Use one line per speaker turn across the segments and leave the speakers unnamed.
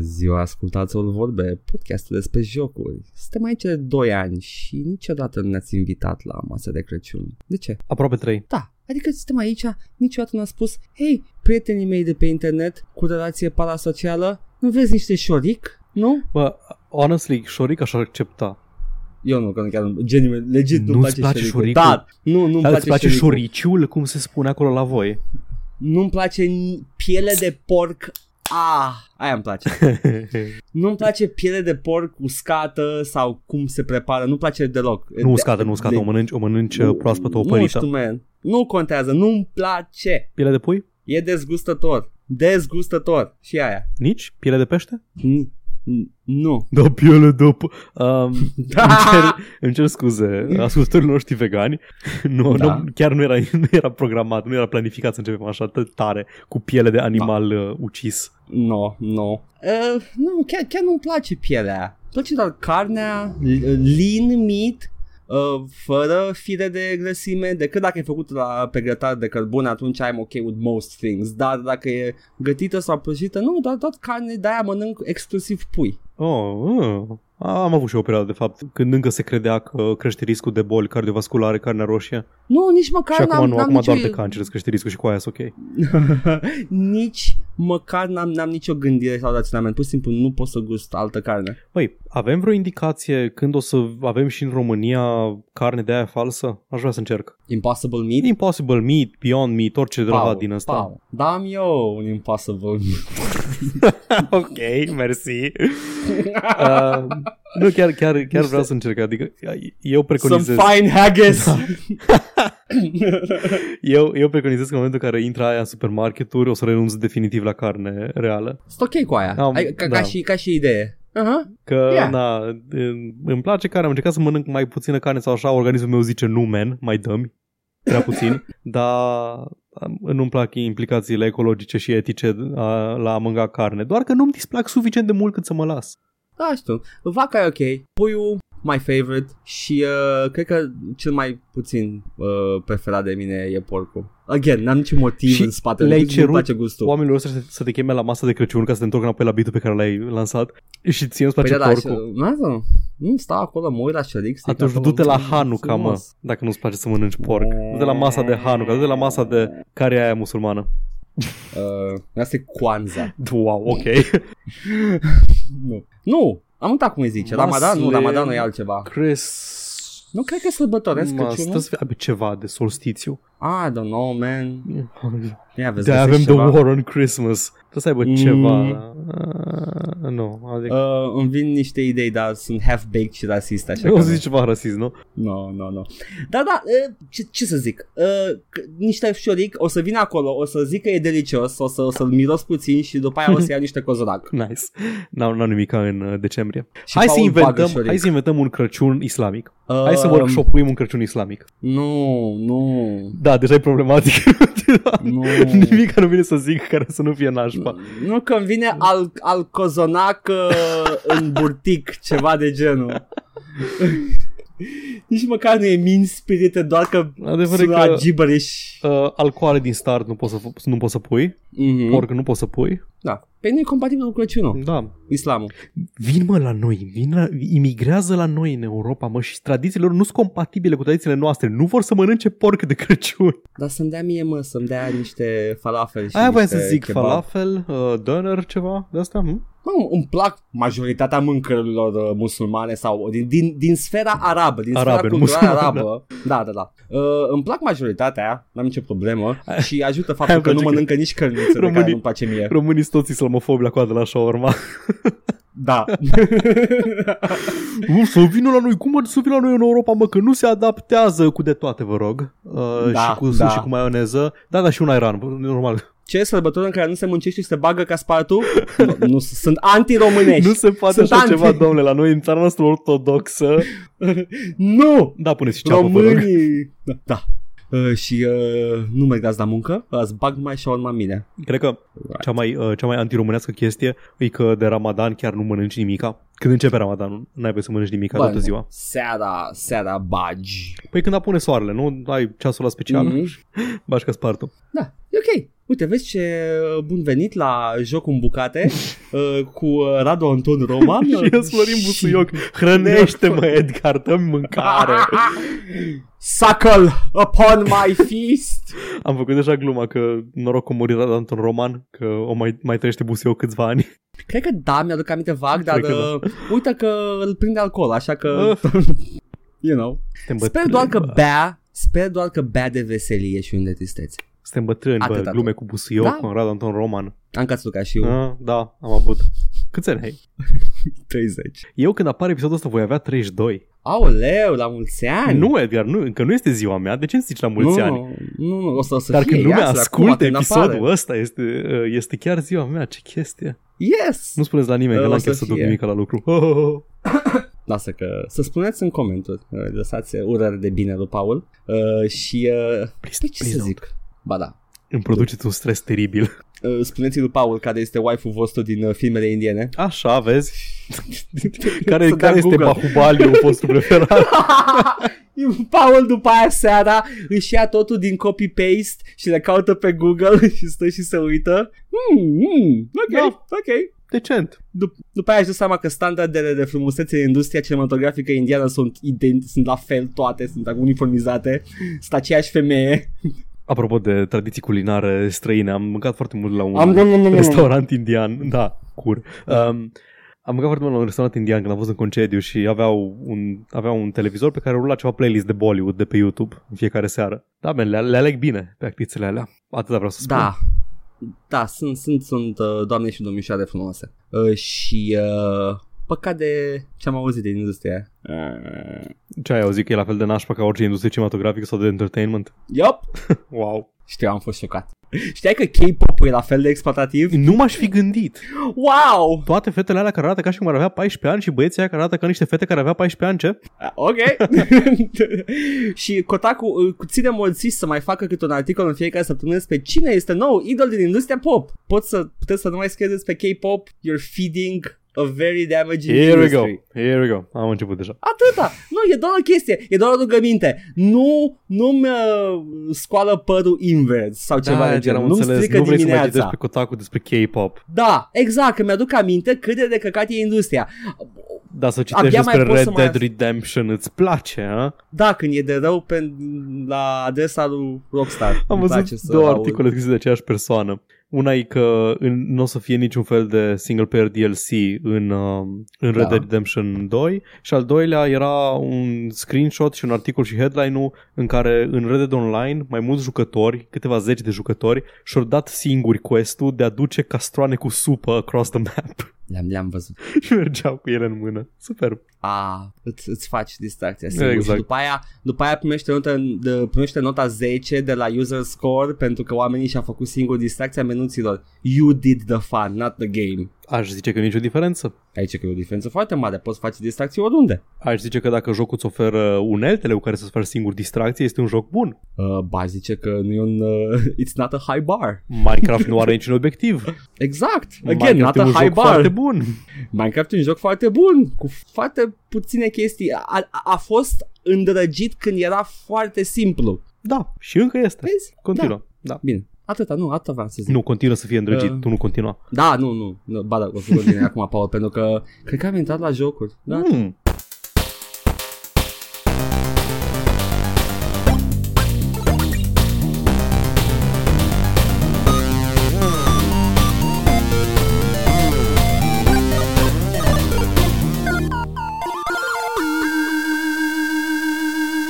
ziua, ascultați-o vorbe, podcastul despre jocuri. Suntem aici de 2 ani și niciodată nu ne-ați invitat la masă de Crăciun. De ce?
Aproape 3.
Da, adică suntem aici, niciodată n-am spus, hei, prietenii mei de pe internet cu relație parasocială, nu vezi niște șoric? Nu?
Bă, honestly, Șoric aș accepta.
Eu nu, că nu chiar, genuine, legit nu-mi
Nu-ți
place,
place șoricul?
Da, nu, nu-mi
Dar
place,
îți place
șoricul.
șoriciul, cum se spune acolo la voi?
Nu-mi place n- piele de porc. Ah, aia îmi place. Nu-mi place piele de porc uscată sau cum se prepară, nu-mi place deloc.
nu uscată, nu uscată, o mănânci, o mănânci uh, proaspăt, o
Nu
părită.
știu, man. Nu contează, nu-mi place.
Piele de pui?
E dezgustător. Dezgustător. Și aia.
Nici? Piele de pește?
N- n- nu.
Da, piele de pu- um, îmi, cer, îmi cer scuze, ascultătorii noștri vegani, nu,
Da.
nu, chiar nu era, nu era programat, nu era planificat să începem așa atât tare cu piele de animal uh, ucis.
Nu, nu. Uh, nu, chiar, chiar nu-mi place pielea. Îmi place doar carnea, l- lean meat, uh, fără fire de grăsime, decât dacă e făcută la, pe grătar de cărbune, atunci I'm ok with most things. Dar dacă e gătită sau prăjită, nu, doar tot carne, de-aia mănânc exclusiv pui.
Oh, uh. Am avut și eu o perioadă, de fapt, când încă se credea că crește riscul de boli cardiovasculare, carnea roșie.
Nu, nici măcar
și
n-am,
acum nu,
n-am
acum doar
nicio...
de cancer îți crește riscul și cu aia sunt ok.
nici măcar n-am, n-am nicio gândire sau raționament. Pur și simplu nu pot să gust altă carne.
Băi, avem vreo indicație când o să avem și în România carne de aia falsă? Aș vrea să încerc.
Impossible meat?
Impossible Meat, Beyond Meat, orice drahat
Pau,
din asta.
pau. Da, am eu un impossible meat.
ok, mersi. Uh, nu, chiar, chiar, chiar vreau să încerc. Adică eu preconizez,
fine haggis.
Da. eu, eu preconizez că în momentul în care intră aia în supermarketuri o să renunț definitiv la carne reală.
Sunt ok cu aia.
Am-
Ai, ca,
da.
ca, și, ca și idee. Uh-huh.
Că,
Ia.
yeah. na, îmi- îmi place care am încercat să mănânc mai puțină carne sau așa, organismul meu zice nu, man, mai dăm prea puțin, dar am- nu-mi plac implicațiile ecologice și etice a, la a mânca carne, doar că nu-mi displac suficient de mult cât să mă las.
Da, știu. Vaca e ok. Puiul, my favorite. Și uh, cred că cel mai puțin uh, preferat de mine e porcul. Again, n-am niciun motiv
Și
în spate.
le-ai
Nu-mi
cerut
place gustul.
Oamenilor ăștia să, să te cheme la masă de Crăciun ca să te întorcă înapoi la bitul pe care l-ai lansat și ție îți
Păi
place
da,
păi
da, și,
porcul.
na, da. Nu, stau acolo, mă uit la șeric. stic
Atunci
acolo,
du-te la
frumos.
Hanuca, mă, dacă nu-ți place să mănânci porc. Du-te la masa de Hanuca, du-te la masa de care e aia musulmană.
Uh, asta e Kwanza.
Wow, ok.
nu. nu, am uitat cum îi zice. Ramadan? Nu,
Masle-
Ramadan e altceva.
Chris...
Nu cred că sărbătoresc
Mă,
Crăciunul.
stă să fie- abia ceva de solstițiu.
I don't know, man. Ia vezi,
de avem
găsești
The
ceva.
War on Christmas. Trebuie să aibă
Mm.
ceva. Uh, nu, adică...
Uh, îmi vin niște idei, dar sunt half-baked și rasist, așa
o
că
să zici ceva rasist, nu?
Nu, nu, nu. Da, da, uh, ce, ce să zic? Uh, c- niște șoric, o să vin acolo, o să zic că e delicios, o, să, o să-l miros puțin și după aia o să iau niște cozonac.
Nice. N-am, n-am nimic în uh, decembrie.
Și
Hai
Paul
să,
bagă
inventăm,
șoric.
hai să inventăm un Crăciun islamic.
Uh,
Hai să workshopuim un Crăciun islamic.
Nu, nu.
Da, deja e problematic.
Nu.
Nimic nu vine să zic care să nu fie nașpa.
Nu că îmi vine al, al cozonac uh, în burtic, ceva de genul. Nici măcar nu e min spirite, doar că
Adevărul
sună
că
că... gibberish.
uh, alcoale din start nu poți să, f- nu poți să pui,
Mm-hmm.
porc nu poți să pui.
Da. Pe nu e compatibil cu Crăciunul,
Da,
islamul.
Vin mă la noi, vin la, imigrează la noi în Europa, mă, și tradițiile lor nu sunt compatibile cu tradițiile noastre. Nu vor să mănânce porc de Crăciun.
Dar să-mi dea mie, mă, să-mi dea niște falafel și
Aia voiam
niște
să zic,
kebab.
falafel, uh, doner, ceva de asta? Hm?
Mă, îmi plac majoritatea mâncărilor uh, musulmane sau din, din, din sfera arabă, din
Arabe,
sfera
nu
culturală
musulmane,
arabă. Da, da, da. Uh, îmi plac majoritatea, n-am nicio problemă și ajută faptul
Aia
că nu
place că-
mănâncă nici cărniță de care
Românii-
nu-mi place mie.
Românii sunt toți islamofobi la coadă la șaorma.
Da.
Nu, să vină la noi, cum mă, să vină la noi în Europa, mă, că nu se adaptează cu de toate, vă rog. Uh,
Da,
și cu sus
da.
și cu maioneză. Da, da, și un airan, bă, normal.
Ce sărbători în care nu se muncește și se bagă ca sparatul? Nu, nu, sunt anti-românești.
Nu se poate
Sunt
așa
anti-
ceva, domnule, la noi, în țara noastră ortodoxă.
nu!
Da, puneți și ceapă, vă rog.
Românii! Da. da. Uh, și uh, nu mergeați la muncă, ați bag mai șaorma în mine.
Cred că cea mai, uh, cea mai antiromânească chestie e că de Ramadan chiar nu mănânci nimica. Când începe Ramadanul, n-ai voie să mănânci nimica
Bă,
toată
nu.
ziua.
Seara, seara bagi.
Păi când apune soarele, nu? Ai ceasul la special, mm-hmm.
Mhm.
bași ca spartul.
Da, e ok. Uite, vezi ce bun venit la jocul în bucate uh, cu Radu Anton Roman.
și eu Florin Busuioc. Hrănește-mă, Edgar, dă-mi mâncare.
Suckle upon my fist.
Am făcut deja gluma că noroc că a murit Radu Anton Roman, că o mai, mai trăiește Busuioc câțiva ani.
Cred că da, mi-aduc aminte vag, dar
Cred că da. Uh.
uh, uite că îl prinde alcool, așa că, you know.
Suntem
Sper
bătrâni,
doar că
bă.
bea, sper doar că bea de veselie și unde tristețe.
Suntem bătrâni, bă,
Atâta
glume cu Busuioc,
Da.
cu Radu Anton Roman.
Am cățucat și eu.
Ah, da, am avut. Câți ani ai?
30.
Eu când apare episodul ăsta voi avea 32.
Aoleu, la mulți ani.
Nu, Edgar, nu, încă nu este ziua mea. De ce îmi zici la mulți ani?
Mm. Nu, nu, nu, o să, o să
Dar
fie
când lumea
ia, să-l
ascultă
acum, când
episodul
apare.
ăsta, este, uh, este chiar ziua mea, ce chestie.
Yes!
Nu spuneți la nimeni, că
Da, O
n-am
să
chef să duc
fie.
nimic la lucru.
Lasă că să spuneți în comentarii, uh, lăsați urări de bine lui Paul uh, și uh,
Please,
păi ce să
please
zic? Ba da.
Îmi produceți un stres teribil.
Uh, Spuneți lui Paul care este wife-ul vostru din uh, filmele indiene.
Așa, vezi? Care,
Să dea
care este
Google.
Bahubaliu, postul preferat?
Paul după aia seara își ia totul din copy-paste și le caută pe Google și stă și se uită. Hmm, hmm, ok,
Da.
ok.
Decent.
Dup- după aia își dă seama că standardele de frumusețe în industria cinematografică indiană sunt, ident- sunt la fel toate, sunt uniformizate, sunt aceeași femeie.
Apropo de tradiții culinare străine, am mâncat foarte mult la un...
Am
restaurant indian, da, cur. Um, am mâncat foarte mult la un restaurant indian când am fost în concediu și aveau un, aveau un televizor pe care rula ceva playlist de Bollywood de pe YouTube în fiecare seară. Da, men, le, le aleg bine pe actrițele alea. Atâta vreau să spun.
Da. Da, sunt, sunt, sunt uh, doamne și domnișoare frumoase. Uh, și uh, păcat de ce am auzit din industria. Uh,
Ce ai auzit că e la fel de nașpa ca orice industrie cinematografică sau de entertainment?
yep.
Wow.
Știu, am fost șocat. Știai că K-pop e la fel de exploatativ?
Nu m-aș fi gândit.
Wow!
Toate fetele alea care arată ca și cum ar avea 14 ani și băieții aia care arată ca niște fete care avea 14 ani, ce?
Uh, Ok. și Kotaku uh, ține morții să mai facă câte un articol în fiecare săptămână despre cine este nou idol din industria pop. Poți să, puteți să nu mai scrieți despre K-pop, you're feeding a very damaging
Here we
industry.
go. Here we go. Am început deja.
Atâta. Nu, e doar o chestie. E doar o rugăminte. Nu, nu-mi uh, scoală părul invers sau ceva de
Edgar,
genul.
Da, am
Nu-mi
înțeles.
Da, strică
Nu vrei să mai
dimineața.
citești pe Kotaku despre K-pop.
Da, exact, că mi-aduc aminte cât de decăcat e industria.
Dar Da, să citești
Abia mai
despre
pot să
Red
mai
Dead
af-
Redemption îți place, a?
Da, când e de rău pe, la adresa lui Rockstar.
Am
Îmi place
văzut
să
două
aud.
articole scrise de aceeași persoană. Una e că nu o să fie niciun fel de single player DLC în, uh, în Red
Da.
Dead Redemption 2 și al doilea era un screenshot și un articol și headline-ul în care în Red Dead Online mai mulți jucători, câteva zeci de jucători, și-au dat singuri quest-ul de a duce castroane cu supă across the map
Le-am, le-am văzut.
și mergeau cu ele în mână. Superb.
A, îți, îți faci distracția singur.
Exact.
Exact. Și după aia, după aia primește, nota, de, primește nota 10 de la user score pentru că oamenii și-au făcut singur distracția menuților. You did the fun, not the game.
Aș zice că nicio diferență.
Aici e că e o diferență foarte mare, poți face distracții oriunde.
Aș zice că dacă jocul îți oferă uneltele cu care să-ți faci singur distracție, este un joc bun.
Uh, ba zice că nu e un... Uh, it's not a high bar.
Minecraft nu are niciun obiectiv.
Exact. Again, not
Minecraft e un
a high
joc
bar.
foarte bun.
Minecraft e un joc foarte bun, cu foarte puține chestii. A, a, a fost îndrăgit când era foarte simplu.
Da, și încă este.
Vezi?
Continuă. Da.
Bine. Atâta, nu, atâta vreau să zic.
Nu, continuă să fie îndrăgit,
Uh.
tu nu continua.
Da, nu, nu. nu ba da, o să vorbim acum, Paul, pentru că cred că am intrat la jocuri. Da?
Mm.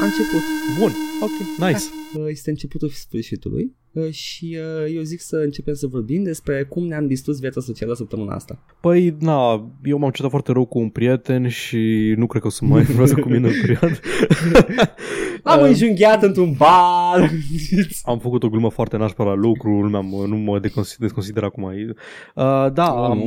A început.
Bun,
Ok.
nice.
Uh, Este începutul sfârșitului uh, și uh, eu zic să începem să vorbim despre cum ne-am distrus viața socială săptămâna asta.
Păi, na, eu m-am certat foarte rău cu un prieten și nu cred că o să mai vrească cu mine în perioadă.
Am
Uh,
înjunghiat într-un bar.
Am făcut o glumă foarte nașpa la lucru, lumea mă, nu mă deconsi- desconsider acum. Uh, da, am,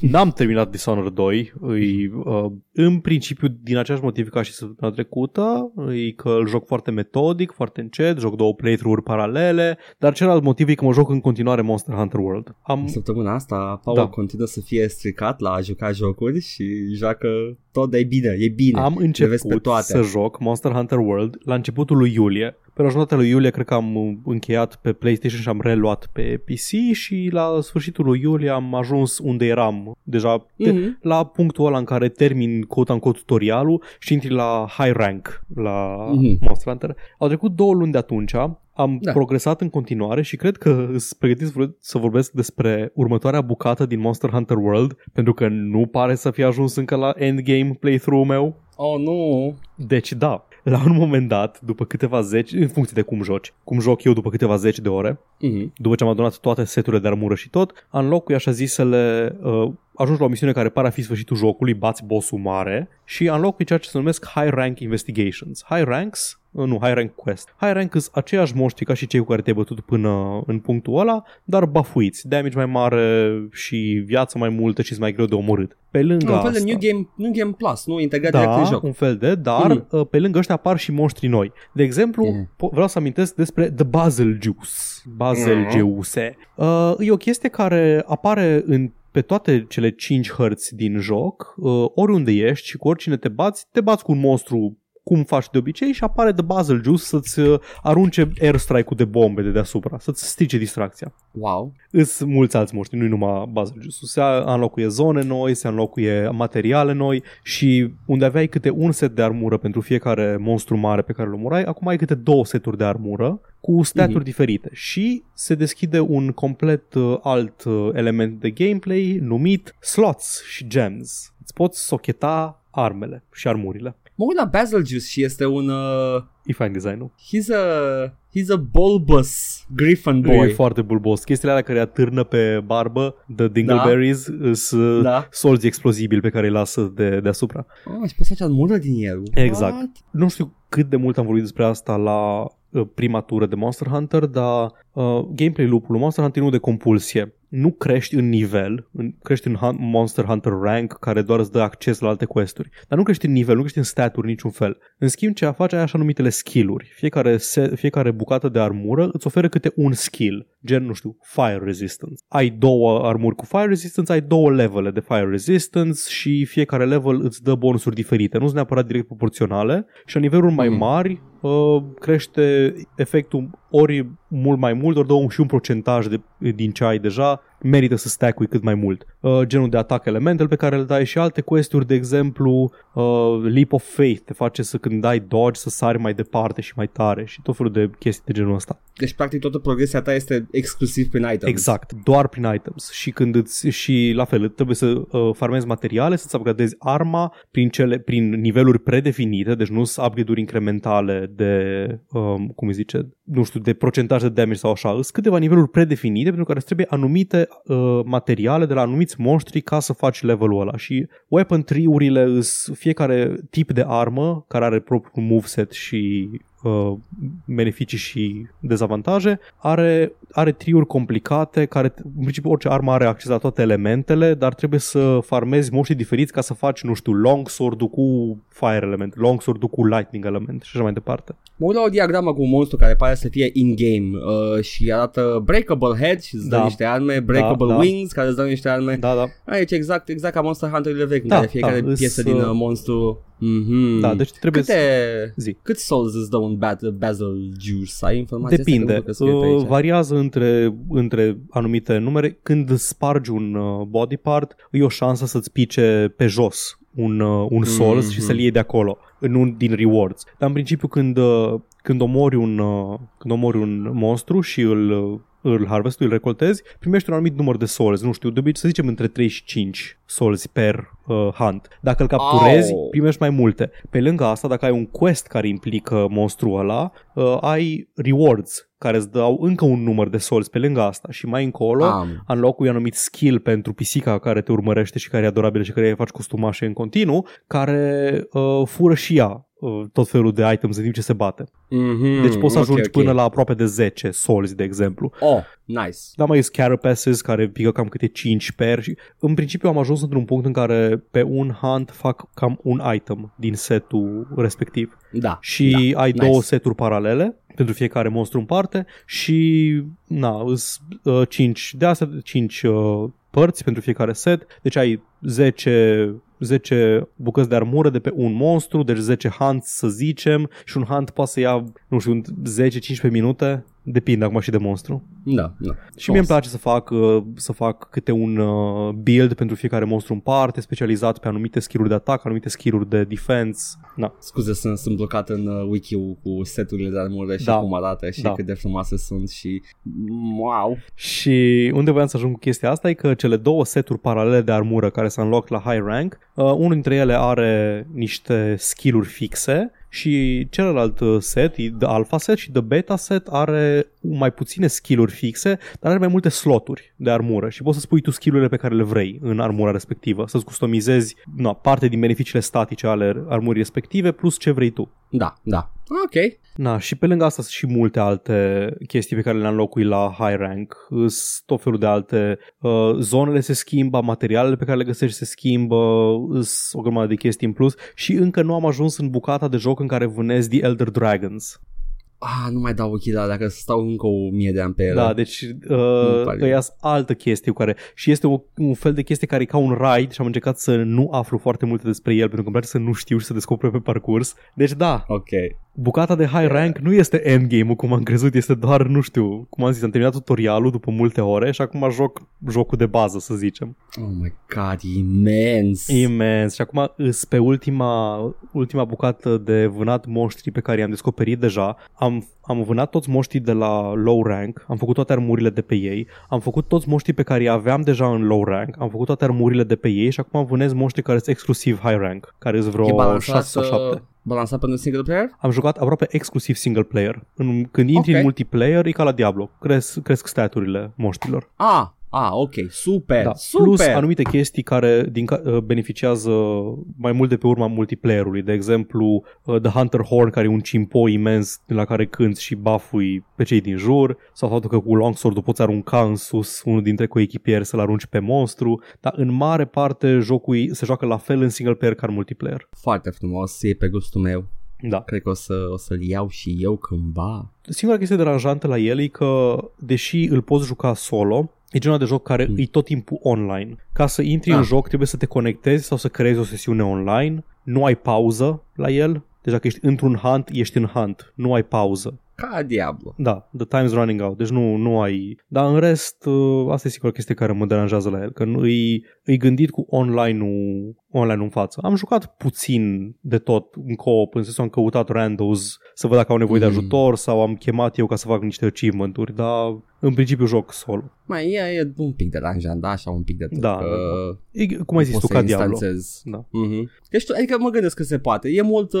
n-am terminat Dishonored 2. Îi, uh, în principiu, din aceeași motiv ca și săptămâna trecută, e că îl joc foarte metodic, foarte încet, joc două playthrough-uri paralele, dar celălalt motiv e că mă joc în continuare Monster Hunter World. Am,
Săptămâna asta Paul
Da.
da. continuă să fie stricat la a juca jocuri și joacă tot, dar e bine, e bine.
Am început să joc Monster Hunter World la începutul lui iulie. Pe la jumătatea lui iulie cred că am uh, încheiat pe PlayStation și am reluat pe PC și la sfârșitul lui iulie am ajuns unde eram deja te- mm-hmm. la punctul ăla în care termin cota în tutorialul și intri la high rank la mm-hmm. Monster Hunter. Au trecut două luni de atunci, am da. progresat în continuare și cred că sunt pregătit să vorbesc despre următoarea bucată din Monster Hunter World, pentru că nu pare să fi ajuns încă la endgame playthrough-ul meu.
Oh, nu!
Deci da, la un moment dat, după câteva zeci, în funcție de cum joci, cum joc eu după câteva zeci de ore,
Mm-hmm.
uh-huh. după ce am adunat toate seturile de armură și tot, înlocui așa zisele, uh, ajungi la o misiune care pare a fi sfârșitul jocului, bați bossul mare și înlocui ceea ce se numesc High Rank Investigations. High Ranks Uh, nu, High Rank Quest. High Rank sunt aceiași moștri ca și cei cu care te-ai bătut până în punctul ăla, dar bafuiți, damage mai mare și viață mai multă și mai greu de omorât. Pe lângă
un fel
asta,
de New Game, New Game Plus, nu? Integrat da, direct în joc.
un fel de, dar mm. pe lângă ăștia apar și moștri noi. De exemplu, mm. vreau să amintesc despre The Basil Juice. Basil mm. Juice. Uh, e o chestie care apare în pe toate cele 5 hărți din joc, uh, oriunde ești și cu oricine te bați, te bați cu un monstru cum faci de obicei și apare de Basel Juice să-ți uh, arunce airstrike-ul de bombe de deasupra, să-ți strice distracția.
Wow.
Îs mulți alți moștri, nu-i numai Basel Juice. Se înlocuie zone noi, se înlocuie materiale noi și unde aveai câte un set de armură pentru fiecare monstru mare pe care îl omorai, acum ai câte două seturi de armură cu staturi mm-hmm. diferite și se deschide un complet uh, alt uh, element de gameplay numit slots și gems. Îți poți socheta armele și armurile.
Mă uit la Basil Juice și este un... Uh,
e fine design-ul.
He's a, he's a bulbous griffin boy.
E foarte bulbos. Chestiile alea care atârnă pe barbă de dingleberries da. sunt da. solzi explozibili pe care îi lasă de, deasupra.
Ah, și poți face mură din el.
Exact. What? Nu știu cât de mult am vorbit despre asta la uh, prima tură de Monster Hunter, dar uh, gameplay loop-ul Monster Hunter nu de compulsie. Nu crești în nivel, în, crești în Han- Monster Hunter rank care doar îți dă acces la alte questuri, dar nu crești în nivel, nu crești în staturi niciun fel. În schimb, ce faci ai așa numitele skill-uri. Fiecare, se, fiecare bucată de armură îți oferă câte un skill, gen, nu știu, fire resistance. Ai două armuri cu fire resistance, ai două levele de fire resistance și fiecare level îți dă bonusuri diferite, nu sunt neapărat direct proporționale și la niveluri mai mari Uh, crește efectul ori mult mai mult, ori dă un și un procentaj de, din ce ai deja, merită să stack cât mai mult. Uh, genul de atac elemental pe care îl dai și alte questuri, de exemplu, uh, Leap of Faith te face să când dai dodge să sari mai departe și mai tare și tot felul de chestii de genul ăsta.
Deci practic toată progresia ta este exclusiv prin items.
Exact, doar prin items și când îți, și la fel trebuie să uh, farmezi materiale, să-ți upgradezi arma prin, cele, prin niveluri predefinite, deci nu sunt upgrade-uri incrementale de, um, cum îi zice, nu știu, de procentaj de damage sau așa, sunt câteva niveluri predefinite pentru care îți trebuie anumite uh, materiale de la anumiți monștri ca să faci levelul ăla și weapon tree-urile fiecare tip de armă care are propriul moveset și Uh, beneficii și dezavantaje, are, are triuri complicate care, în principiu, orice armă are acces la toate elementele, dar trebuie să farmezi moșii diferiți ca să faci, nu știu, longsword cu fire element, longsword cu lightning element și așa mai departe.
Mă uit la o diagramă cu un monstru care pare să fie in-game uh, și arată breakable head și îți dă da. niște arme, breakable da, da. wings care îți dă niște arme.
Da, da.
Aici exact, exact ca Monster Hunter-urile vechi, da, care fiecare da, piesă din uh, monstru Mm-hmm.
Da, deci trebuie
Câte,
să...
Zi. Cât souls îți dă un Basil Juice? Ai informația
Depinde. Asta, uh, variază între, între anumite numere. Când spargi un uh, body part, e o șansă să-ți pice pe jos un, un souls mm-hmm. și să-l iei de acolo în un din rewards. Dar în principiu când, uh, când, omori, un, uh, când omori un monstru și îl uh, îl harvestui, îl recoltezi, primești un anumit număr de solzi, nu știu, de obicei să zicem între 3 și 5 solzi per uh, hunt. Dacă îl capturezi, Au. primești mai multe. Pe lângă asta, dacă ai un quest care implică monstrul ăla, uh, ai rewards care îți dau încă un număr de solzi pe lângă asta și mai încolo
Ah.
Am. înlocui anumit skill pentru pisica care te urmărește și care e adorabilă și care îi faci costumașe în continuu, care uh, fură și ea uh, tot felul de items în timp ce se bate.
Mm-hmm,
deci poți să ajungi okay, okay. până la aproape de 10 solzi, de exemplu.
Oh, nice.
Da, mai sunt carapaces care pică cam câte 5 per și în principiu am ajuns într-un punct în care pe un hunt fac cam un item din setul respectiv.
Da.
Și
da,
ai nice. două seturi paralele pentru fiecare monstru în parte și na, îs, ă, uh, 5 de astea, 5 uh, părți pentru fiecare set, deci ai 10 10 bucăți de armură de pe un monstru, deci 10 hunt să zicem, și un hunt poate să ia, nu știu, 10-15 minute, depinde acum și de monstru.
Da, da.
Și mie îmi place să fac, ă, să fac câte un ă, build pentru fiecare monstru în parte, specializat pe anumite skill-uri de atac, anumite skill-uri de defense. Da.
Scuze, sunt, sunt blocat în wiki cu seturile de armură și da. cum arată și da. cât de frumoase sunt și wow.
Și unde voiam să ajung cu chestia asta e că cele două seturi paralele de armură care s-au înlocuit la high rank, uh, unul dintre ele are niște skill-uri fixe și celălalt uh, set, the alpha set și the beta set are mai puține skill-uri fixe, dar are mai multe sloturi de armură și poți să spui tu skill-urile pe care le vrei în armura respectivă, să-ți customizezi na, parte din beneficiile statice ale armurii respective plus ce vrei tu.
Da, da. Ok.
Na, și pe lângă asta sunt și multe alte chestii pe care le-am locuit la high rank. Sunt tot felul de alte. Uh, zonele se schimbă, materialele pe care le găsești se schimbă, sunt o grămadă de chestii în plus și încă nu am ajuns în bucata de joc în care vânezi The Elder Dragons.
Ah, nu mai dau ochii la dacă stau încă o mie de ani pe el.
Da, deci uh, ăia altă chestie cu care... Și este o, un fel de chestie care e ca un raid și am încercat să nu aflu foarte multe despre el pentru că îmi place să nu știu și să descoper pe parcurs. Deci da,
Ok.
bucata de high rank nu este endgame-ul cum am crezut, este doar, nu știu, cum am zis, am terminat tutorialul după multe ore și acum joc jocul de bază, să zicem.
Oh my god, imens!
Imens. Și acum îs pe ultima, ultima bucată de vânat moștri pe care i-am descoperit deja. Am, am vânat toți moștrii de la low rank, am făcut toate armurile de pe ei, am făcut toți moștrii pe care i aveam deja în low rank, am făcut toate armurile de pe ei și acum vânez moștri care sunt exclusiv high rank, care sunt
E
vreo 6
balansat, uh,
sau 7.
Balansat pentru single player?
Am jucat aproape exclusiv single player. În, când intri
Ok.
în multiplayer, e ca la Diablo. Cresc, cresc staturile moștilor.
Ah, ah, ok, super,
Da.
super!
Plus anumite chestii care din ca- uh, beneficiază mai mult de pe urma multiplayerului. De exemplu, uh, The Hunter Horn, care e un cimpo imens la care cânti și bafui pe cei din jur, sau faptul că cu longsword poți arunca în sus unul dintre coechipieri să-l arunci pe monstru, dar în mare parte jocul se joacă la fel în single player ca în multiplayer.
Foarte frumos, e pe gustul meu.
Da.
Cred că o, să, o să-l iau și eu cândva.
Singura chestie deranjantă la el e că, deși îl poți juca solo, e genul de joc care
Mm.
e tot timpul online. Ca să intri
Ah.
în joc trebuie să te conectezi sau să creezi o sesiune online, nu ai pauză la el, deci dacă ești într-un hunt, ești în hunt, nu ai pauză.
Ca diablo.
Da, the time's running out, deci nu, nu ai... Dar în rest, uh, asta e singura chestie care mă deranjează la el, că nu- îi, îi gândit cu online-ul, online în față. Am jucat puțin de tot în co-op, în sensul am căutat randos să văd dacă au nevoie de
Mm.
ajutor sau am chemat eu ca să fac niște achievement-uri, dar în principiu joc solo.
Mai e, e un pic de ranjan, da, așa un pic de tot.
Da,
că
da, da. E, cum ai zis
poți
tu,
să
ca Diablo.
instanțezi.
Da.
Mm-hmm. Deci, adică mă gândesc că se poate. E mult, uh,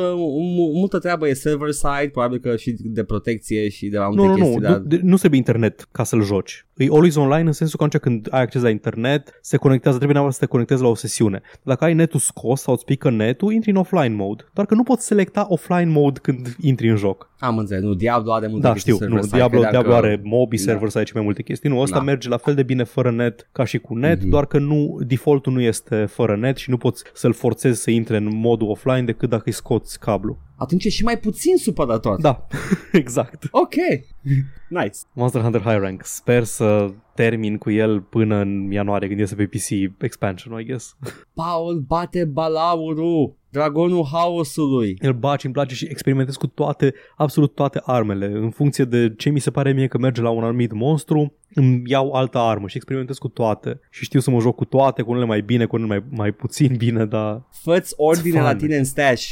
mu- multă treabă, e server side, probabil că și de protecție și de la multe
Nu, nu,
chestii.
nu,
dar...
nu, de- nu trebuie internet ca să-l joci. E always online în sensul că atunci când ai acces la internet, se conectează, trebuie neapărat să te conectezi la o sesiune. Dacă ai netul scos sau îți pică netul, intri în offline mode. Doar că nu poți selecta offline mode când intri în joc.
Am înțeles, nu, Diablo are multe
da,
chestii
știu,
server
nu,
side,
Diablo,
credeam
Diablo
că-
are mobi,
Da.
server side și mai multe chestii. Nu, ăsta
Da.
merge la fel de bine fără net ca și cu net,
Mhm.
doar că nu, defaultul nu este fără net și nu poți să-l forțezi să intre în modul offline decât dacă îi scoți cablu.
Atunci e și mai puțin supărător.
Da, exact.
Ok, nice.
Monster Hunter High Rank. Sper să termin cu el până în ianuarie când iese pe PC expansion, I guess.
Paul bate balaurul, dragonul haosului.
Îl baci, îmi place și experimentez cu toate, absolut toate armele. În funcție de ce mi se pare mie că merge la un anumit monstru, îmi iau altă armă și experimentez cu toate. Și știu să mă joc cu toate, cu unele mai bine, cu unele mai, mai puțin bine, dar...
Fă-ți ordine
It's
la
fun.
tine în stash.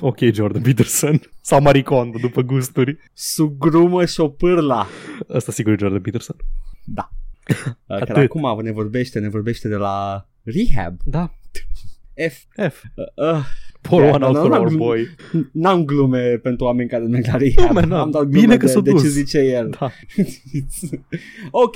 Ok, Jordan Peterson. Sau Maricondo, după gusturi.
Sugrumă și o pârla.
Asta sigur e Jordan Peterson.
Că
Atât.
acum ne vorbește, ne vorbește de la rehab.
Da,
F.
F.
Uh,
Pour
Da,
one
da,
out
da,
for
da.
our boy.
n-am glume pentru oameni care merg la rehab.
Nu, man, n-am.
Am dat glume
Bine că
de,
s-o
de
dus.
ce zice el.
Da.
ok.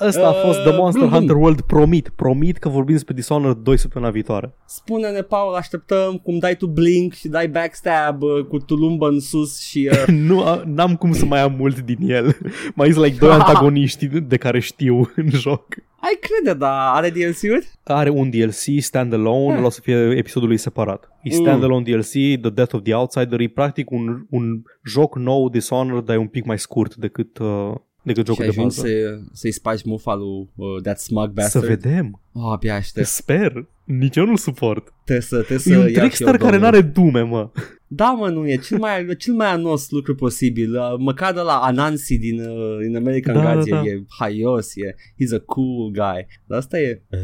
Ăsta a fost The
Uh,
Monster
Blue
Hunter World, promit, promit că vorbim despre Dishonored 2 săptămâna viitoare.
Spune-ne, Paul, așteptăm cum dai tu blink și dai backstab uh, cu tulumbă în sus și... Uh,
Nu, a- n-am cum să mai am mult din el. Mai sunt like doi antagoniști de care știu în joc.
ai crede, dar are DLC-uri?
Are un DLC standalone, ăla o să fie episodul lui separat. E
Mm.
standalone DLC, The Death of the Outsider, e practic un, un joc nou Dishonored, dar e un pic mai scurt decât, uh, decât jocul de bază.
Să, să-i spargi mufa lui uh, That Smug Bastard.
Să vedem.
Oh, abia aștept.
Sper. Nici eu nu suport.
Trebuie să, trebuie să
e un
iau și eu
trickster care
domnul.
n-are dume, mă.
Da, mă, nu e cel mai, cel mai anos lucru posibil. Uh, Măcar de la Anansi din, uh, din American
Da, da,
Gods
da.
e, e haios, e, he's a cool guy. Dar asta e... Uh,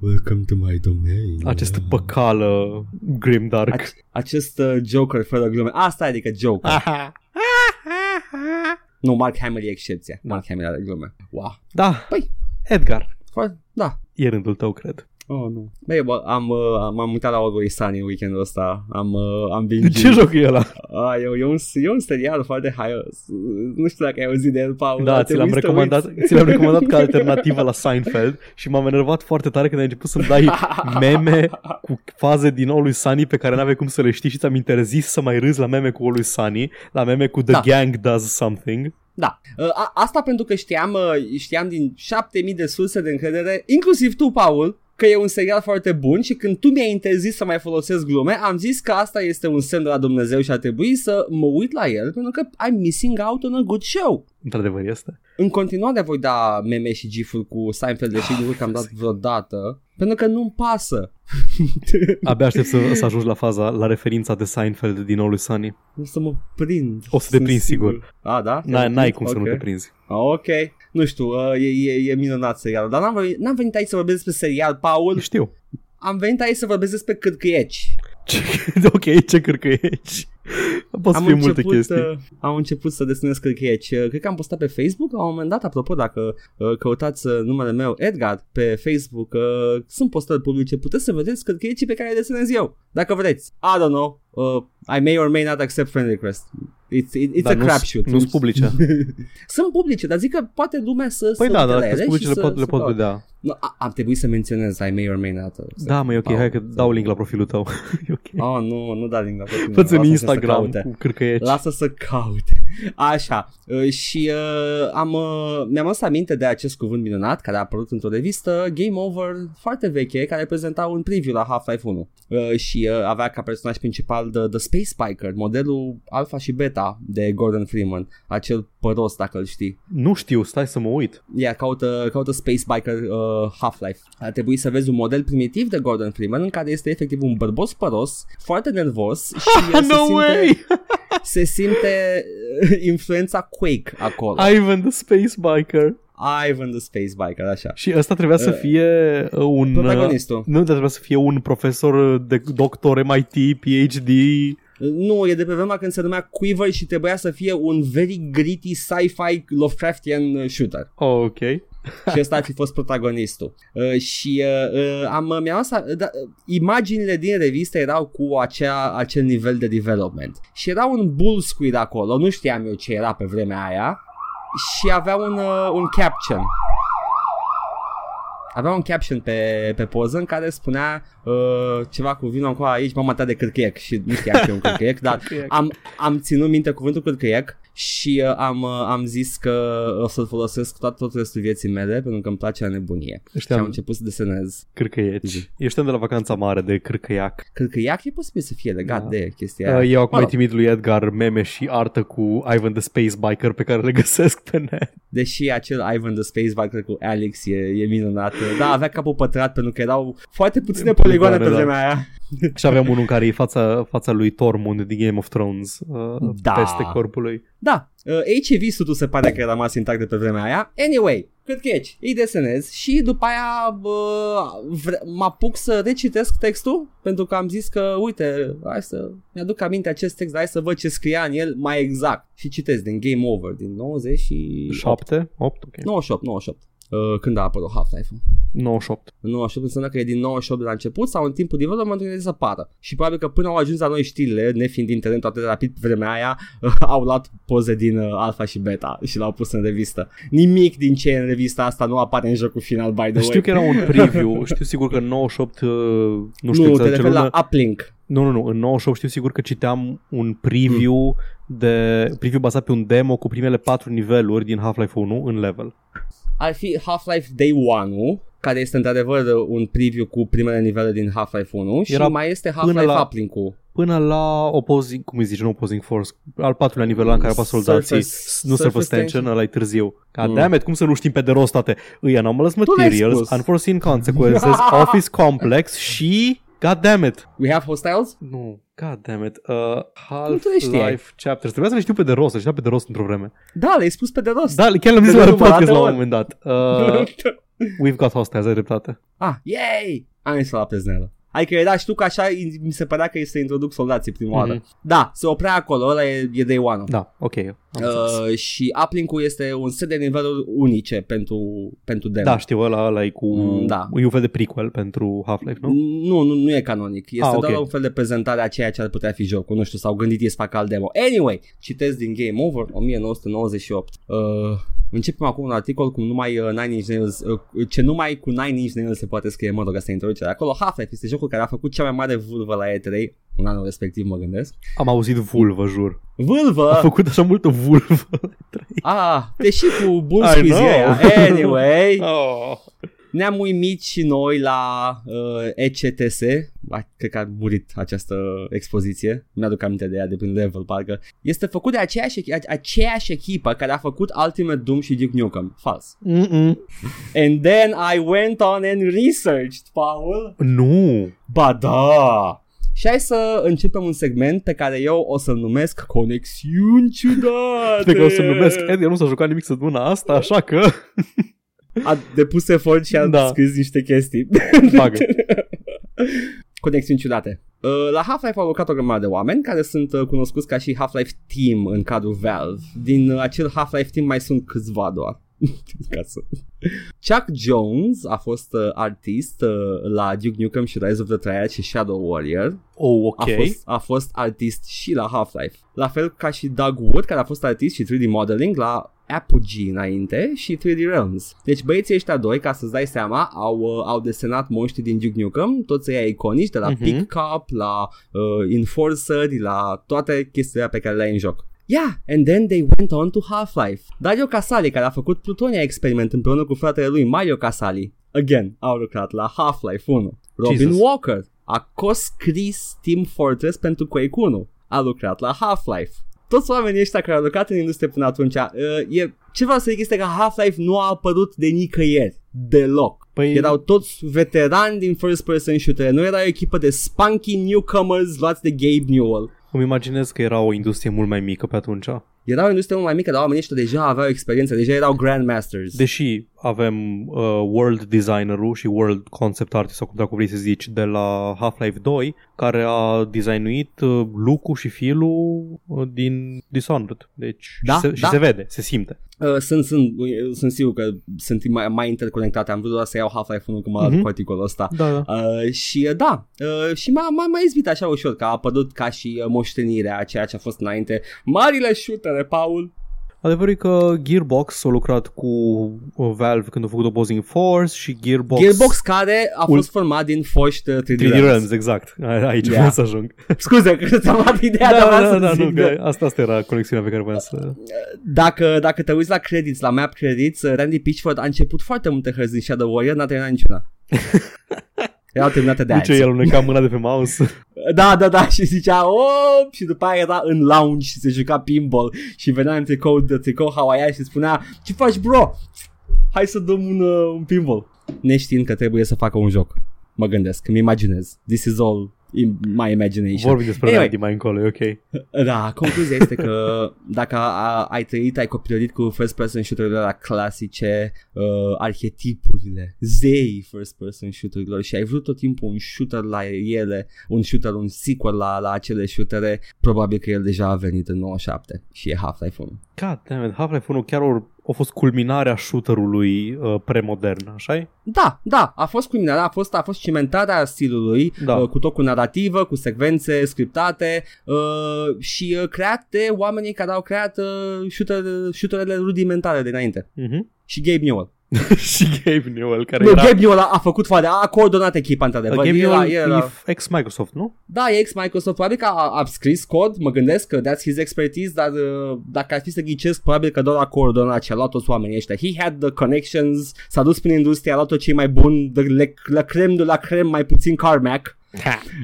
welcome to my domain.
Această păcală grimdark.
Ac- acest uh, Joker fără glume. Asta e, adică
Ah.
Joker. Nu, Mark Hamill e excepția. Mark Hamill are glume. Wow.
Da.
Păi.
Edgar,
Foarte, da.
e rândul tău, cred.
Oh, nu. Băi, bă, am, uh, am- m-am uitat la Always Sunny weekendul ăsta. Am, uh, am bingit.
Ce joc e ăla?
A, Ah, e, e, un, e un serial foarte haios. Nu știu dacă ai auzit de el, Paul.
Da,
dar
ți l-am
trebuie să te
recomandat,
uiți.
ți l-am recomandat ca alternativă la Seinfeld și m-am enervat foarte tare când ai început să-mi dai meme cu faze din All lui Sunny pe care n-aveai cum să le știi și ți-am interzis să mai râzi la meme cu All lui Sunny, la meme cu The
Da.
Gang Does Something.
Da. Uh, A, asta pentru că știam, uh, știam din 7000 de surse de încredere, inclusiv tu, Paul, că e un serial foarte bun și când tu mi-ai interzis să mai folosesc glume, am zis că asta este un semn de la Dumnezeu și a trebuit să mă uit la el pentru că I'm missing out on a good show.
Într-adevăr este.
În continuare voi da meme și gifuri cu Seinfeld, deși nu că am dat vreodată, pentru că nu-mi pasă.
Abia aștept să, să ajungi la faza, la referința de Seinfeld din All lui Sunny.
O să mă prind.
O să te
Sunt
prinzi, sigur.
A, da?
N-ai, n-ai cum să nu
Ok.
te prinzi.
Ok, nu știu, uh, e, e, e minunat serialul, dar n-am, vorbit- n-am venit aici să vorbesc despre serial, Paul,
Știu.
am venit aici să vorbesc despre cârcâieci.
Ce, ok, ce cărcăiești. Pot să
Am
fie multe chestii.
uh, am început să desenez cârcâieci, Uh, cred că am postat pe Facebook la un moment dat, apropo, dacă uh, căutați uh, numele meu, Edgar, pe Facebook, uh, sunt postări publice, puteți să vedeți cârcâiecii pe care le desenez eu, dacă vreți. I don't know, uh, I may or may not accept friend request. It's, it, it's
Dar
a
nu-s-
crapshoot.
Nu-s publice.
Sunt publice, dar zic că poate lumea să
Păi
să
da,
uite
da,
la
dacă
ele
sunt
și
publice le
să-
pot, le
să
pot
caute.
vedea.
Nu, a, am trebuit să menționez I may or may not
Da, mă, e ok,
Paul.
hai că dau link la profilul tău. e ok.
Oh, nu, nu da din la pe
Fă-ți în
Lasă-și
Instagram Deci-
să caute.
cu cârcăieci.
Lasă să caute. Așa. Uh, Și uh, am, uh, mi-am lăsat aminte de acest cuvânt minunat care a apărut într-o revistă Game Over foarte veche care prezenta un preview la Half-Life 1 uh, și uh, avea ca personaj principal The, The Space Biker, modelul alfa și beta de Gordon Freeman, acel păros dacă îl știi.
Nu știu, stai să mă uit.
Ia, caută, caută Space Biker uh, Half-Life. Ar trebui să vezi un model primitiv de Gordon Freeman în care este efectiv un bărbos păros, foarte nervos și uh, se, simte, se simte uh, influența Quake acolo.
Ivan the Space Biker.
Ivan the Space Biker, așa.
Și ăsta trebuia să
Eh,
fie uh, un... uh,
Protagonistul.
Nu, dar trebuia să fie un profesor de doctor MIT, PhD.
Nu, e de pe vremea când se numea Quiver și trebuia să fie un very gritty sci-fi Lovecraftian uh, shooter.
Oh, ok.
și ăsta ar fi fost protagonistul. Uh, și uh, uh, am, mi-am lăsat- da, uh, imaginile din revistă erau cu acea, acel nivel de development. Și era un bullsquid acolo, nu știam eu ce era pe vremea aia. Și avea un, uh, un caption. Avea un caption pe, pe poză în care spunea uh, ceva cu vino încoa aici, mama ta de cârcăiec și nu știam că e un cârcăiec, dar am, am ținut minte cuvântul cârcăiec și uh, am, uh, am zis că o să-l folosesc tot, tot restul vieții mele pentru că îmi place la nebunie. Și am
Știam
început să desenez.
cârcăieci. Eu știam de la vacanța mare de cârcăiac.
Cred că iac e posibil să fie legat
Da.
de chestia
Yeah.
aia.
Eu acum
Mă
îi
rog.
trimit lui Edgar meme și artă cu Ivan the Space Biker pe care le găsesc pe net.
Deși acel Ivan the Space Biker cu Alex e, e minunat. Da, avea capul pătrat pentru că erau foarte puține poligoane pe
Poligoane, da.
vremea aia.
Și aveam unul în care e fața, fața lui Tormund din Game of Thrones uh,
Da.
peste corpul lui.
Da, uh, HEV sutul se pare că a rămas intact de pe vremea aia. Anyway, cred că ești. Îi desenez și după aia uh, vre- mă apuc să recitesc textul pentru că am zis că, uite, hai să mi-aduc aminte acest text, dar hai să văd ce scria în el mai exact. Și citesc din Game Over, din 98.
7? 8? Ok.
98, 98. Uh, când a apărut Half-Life-ul.
98.
În 98 înseamnă că e din 98 de la început sau în timpul development-ului să apară. Și probabil că până au ajuns la noi știrile, nefiind internetul atât de rapid pe vremea aia, au luat poze din uh, alfa și beta și l-au pus în revistă. Nimic din ce e în revista asta nu apare în jocul final, by the way.
Deci Știu că era un preview, știu sigur că în 98, uh, nu
nu
știu
te
exact ce
referi
lună,
la uplink.
nu, nu, nu, în 98 știu sigur că citeam un preview
Mm.
de preview bazat pe un demo cu primele patru niveluri din Half-Life 1 în level.
Ar fi Half-Life Day 1 care este într-adevăr uh, un preview cu primele nivele din Half-Life 1 Era și mai este Half-Life la... Uplink-ul.
Până la opposing, cum îi zice, nu opposing force, al patrulea nivel la în care apar soldații, surface, nu surface tension, ăla e târziu. Ca mm. dammit, cum să nu știm pe de rost toate? Îi anomalous materials, unforeseen consequences, office complex și... God damn it!
We have hostiles?
Nu. God damn it. Uh, Half-Life Chapters. Trebuia să le știu pe de rost, să știam pe de rost într-o vreme.
Da, le-ai spus pe de rost.
Da, chiar le-am zis la podcast la un moment dat. Uh, we've got hostiles, ai dreptate.
Ah, yay! Am ieșit la prezneală. Adică era, știu că așa mi se părea că este introduc soldații prima mm-hmm. oară. Da, se oprea acolo, ăla e, e day one
Da, ok.
Uh, și uplink este un set de niveluri unice pentru, pentru demo.
Da, știu, ăla, ăla e cu mm, da. e un fel de prequel pentru Half-Life, nu?
Nu, nu, nu e canonic. Este ah, okay. doar un fel de prezentare a ceea ce ar putea fi jocul. Nu știu, s-au gândit ei să facă alt demo. Anyway, citesc din Game Over 1998. Uh, Începem acum un articol cum numai uh, Nine Inch Nails, uh, ce numai cu Nine Inch Nails se poate scrie, mă rog, asta e introducerea. Acolo Half-Life este jocul care a făcut cea mai mare vulvă la E3, în anul respectiv mă gândesc.
Am auzit vulvă, jur.
Vulvă?
A făcut așa multă vulvă la
E3. Ah, deși cu bun aia. Anyway. oh. Ne-am uimit și noi la uh, ECTS, cred că a murit această expoziție, mi-aduc aminte de ea de prin level parcă. Este făcut de aceeași, aceeași echipă care a făcut Ultimate Doom și Duke Nukem. Fals.
Mm-mm.
And then I went on and researched, Paul.
Nu.
Ba da. Și hai să începem un segment pe care eu o să-l numesc Conexiuni ciudate.
pe care o să-l numesc Eddie, nu s-a jucat nimic să mâna asta, așa că...
a depus efort și a da. scris niște chestii.
Bagă.
Conexiuni ciudate. Uh, La Half-Life au lucrat o grămadă de oameni care sunt uh, cunoscuți ca și Half-Life Team în cadrul Valve. Din uh, acel Half-Life Team mai sunt câțiva doar. ca să... Chuck Jones a fost uh, artist uh, la Duke Nukem și Rise of the Triad și Shadow Warrior.
Oh, ok.
A fost, a fost artist și la Half-Life. La fel ca și Doug Wood, care a fost artist și 3D modeling la Apogee înainte și 3D Realms. Deci băieții ăștia doi, ca să-ți dai seama, au, uh, au desenat monștri din Duke Nukem, toți ei iconici, de la uh-huh. Pick Cup, la uh, Enforcer, la toate chestiile pe care le ai în joc. Yeah, and then they went on to Half-Life. Dario Casali, care a făcut Plutonia Experiment împreună cu fratele lui Mario Casali, again, au lucrat la Half-Life 1. Robin Jesus. Walker a coscris Team Fortress pentru Quake 1. A lucrat la Half-Life. Toți oamenii ăștia care au lucrat în industrie până atunci, uh, e, ce vreau să zic este că Half-Life nu a apărut de nicăieri, deloc. Păi... Erau toți veterani din first person shooter, nu era o echipă de spunky newcomers luați de Gabe Newell.
Îmi imaginez că era o industrie mult mai mică pe atunci.
Era o industrie mult mai mică, dar oamenii ăștia deja aveau experiență, deja erau grandmasters.
Deși avem uh, world designerul și world concept artist, sau cum dacă vrei să zici, de la Half-Life 2, care a designuit uh, Lucu și filul uh, din Dishonored. Deci da? Și, se, da? și se vede, se simte.
Uh, sunt, sunt, sunt sigur că sunt mai, mai interconectate. Am vrut doar să iau Half-Life 1 cum a mm-hmm. cu articolul ăsta.
Da,
da. Uh, și uh, da, uh, și m-a, m-a mai izbit așa ușor că a apărut ca și uh, moștenirea a ceea ce a fost înainte. Marile șutere, Paul!
Adevărul e că Gearbox a lucrat cu uh, Valve când a făcut Opposing Force și Gearbox...
Gearbox care a fost ul... format din foști 3D, 3D Realms. Realms.
exact. Aici yeah. vreau să ajung.
Scuze că ți-am luat ideea, da, dar da, da, da, nu,
că asta, asta era conexiunea pe care voiam să...
Dacă, dacă te uiți la credits, la map credits, uh, Randy Pitchford a început foarte multe hărți din Shadow Warrior, n-a terminat niciuna. Erau terminate de azi.
Duce, el uneca mâna de pe mouse.
da, da, da, și zicea, oh, și după aia era în lounge și se juca pinball și venea în tricou, de tricou hawaiian și spunea, ce faci, bro? Hai să dăm un, uh, un pinball. Neștiind că trebuie să facă un joc. Mă gândesc, îmi imaginez. This is all in my imagination.
Vorbim despre anyway, Randy mai încolo, ok.
Da, concluzia este că dacă a, ai trăit, ai copilărit cu first person shooter-urile la clasice, uh, arhetipurile, zei first person shooter-urilor și ai vrut tot timpul un shooter la ele, un shooter, un sequel la, la acele shootere, probabil că el deja a venit în 97 și e Half-Life 1.
God damn it, Half-Life 1 chiar or, a fost culminarea shooterului uh, premodern, așa -i?
Da, da, a fost culminarea, a fost, a fost cimentarea stilului, da. uh, cu tot cu narrativă, cu secvențe scriptate uh, și uh, creat de oamenii care au creat uh, shooter, shooterele rudimentare dinainte.
Uh-huh.
Și Gabe Newell.
și Gabe Newell, care
Nu,
era...
Gabe Newell a, a făcut foarte, a coordonat echipa, într-adevăr.
Gabe
era,
Newell
era,
e ex-Microsoft, nu?
Da, e ex-Microsoft, probabil că a, a scris cod, mă gândesc că that's his expertise, dar uh, dacă ar fi să ghicesc, probabil că doar a coordonat și a luat toți oamenii ăștia. He had the connections, s-a dus prin industrie, a luat tot cei mai buni, de le, la crem de la crem, mai puțin Carmack.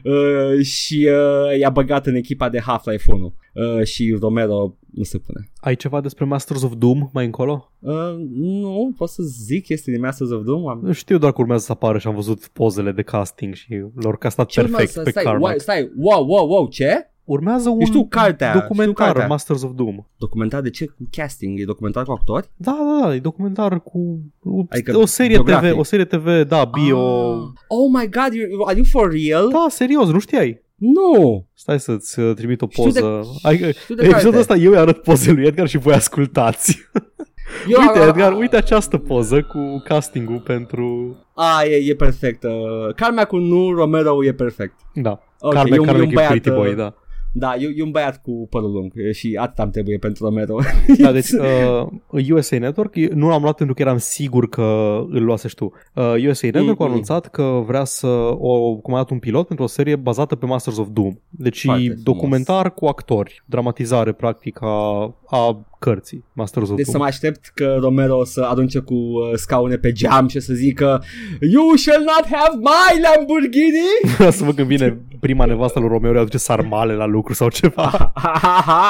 Uh, și uh, i-a băgat în echipa de Half-Life 1 uh, și Romero nu se pune.
Ai ceva despre Masters of Doom mai încolo?
Uh, nu, pot să zic chestii din Masters of Doom? Am...
Știu doar că urmează să apară și am văzut pozele de casting și lor castat
Ce
perfect
urmează?
pe
stai,
Carmack.
wow, stai, wow, wow, wow, ce?
Urmează un
Eu știu cartea,
documentar,
știu cartea.
Masters of Doom.
Documentar de ce? Cu casting, e documentar cu actori?
Da, da, da, e documentar cu o,
Adică
o serie
biografic.
TV, o serie TV, da, bio.
Ah. Oh my god, you, are you for real?
Da, serios, nu știai.
Nu.
Stai să-ți uh, trimit o
Știu
poză.
de-
Ai,
Știu de
episodul
carte.
ăsta eu îi arăt poze lui Edgar și voi ascultați.
Eu-
uite,
a-
Edgar, uite această poză cu castingul pentru...
A, Ah, e, e perfect. Uh, Carmea cu nu, Romero e perfect.
Da,
Ok,
Carmen,
e un,
Carmen
e un băiat,
pretty boy,
uh,
da.
da e, e un băiat cu părul lung e, și atât am trebuie pentru Romero.
Da, deci uh, USA Network, eu nu l-am luat pentru că eram sigur că îl luasești tu. Uh, USA Network a
Mm, mm.
anunțat că vrea să o comandat un pilot pentru o serie bazată pe Masters of Doom. Deci
Foarte frumos.
documentar cu actori, dramatizare practic a, a cărții Masters of
Deci să
Doom.
mă aștept că Romero o să arunce cu uh, scaune pe geam și o să zică You shall not have my Lamborghini!
Vreau să văd când vine prima nevastă lui Romeo îi aduce sarmale la lucru sau ceva.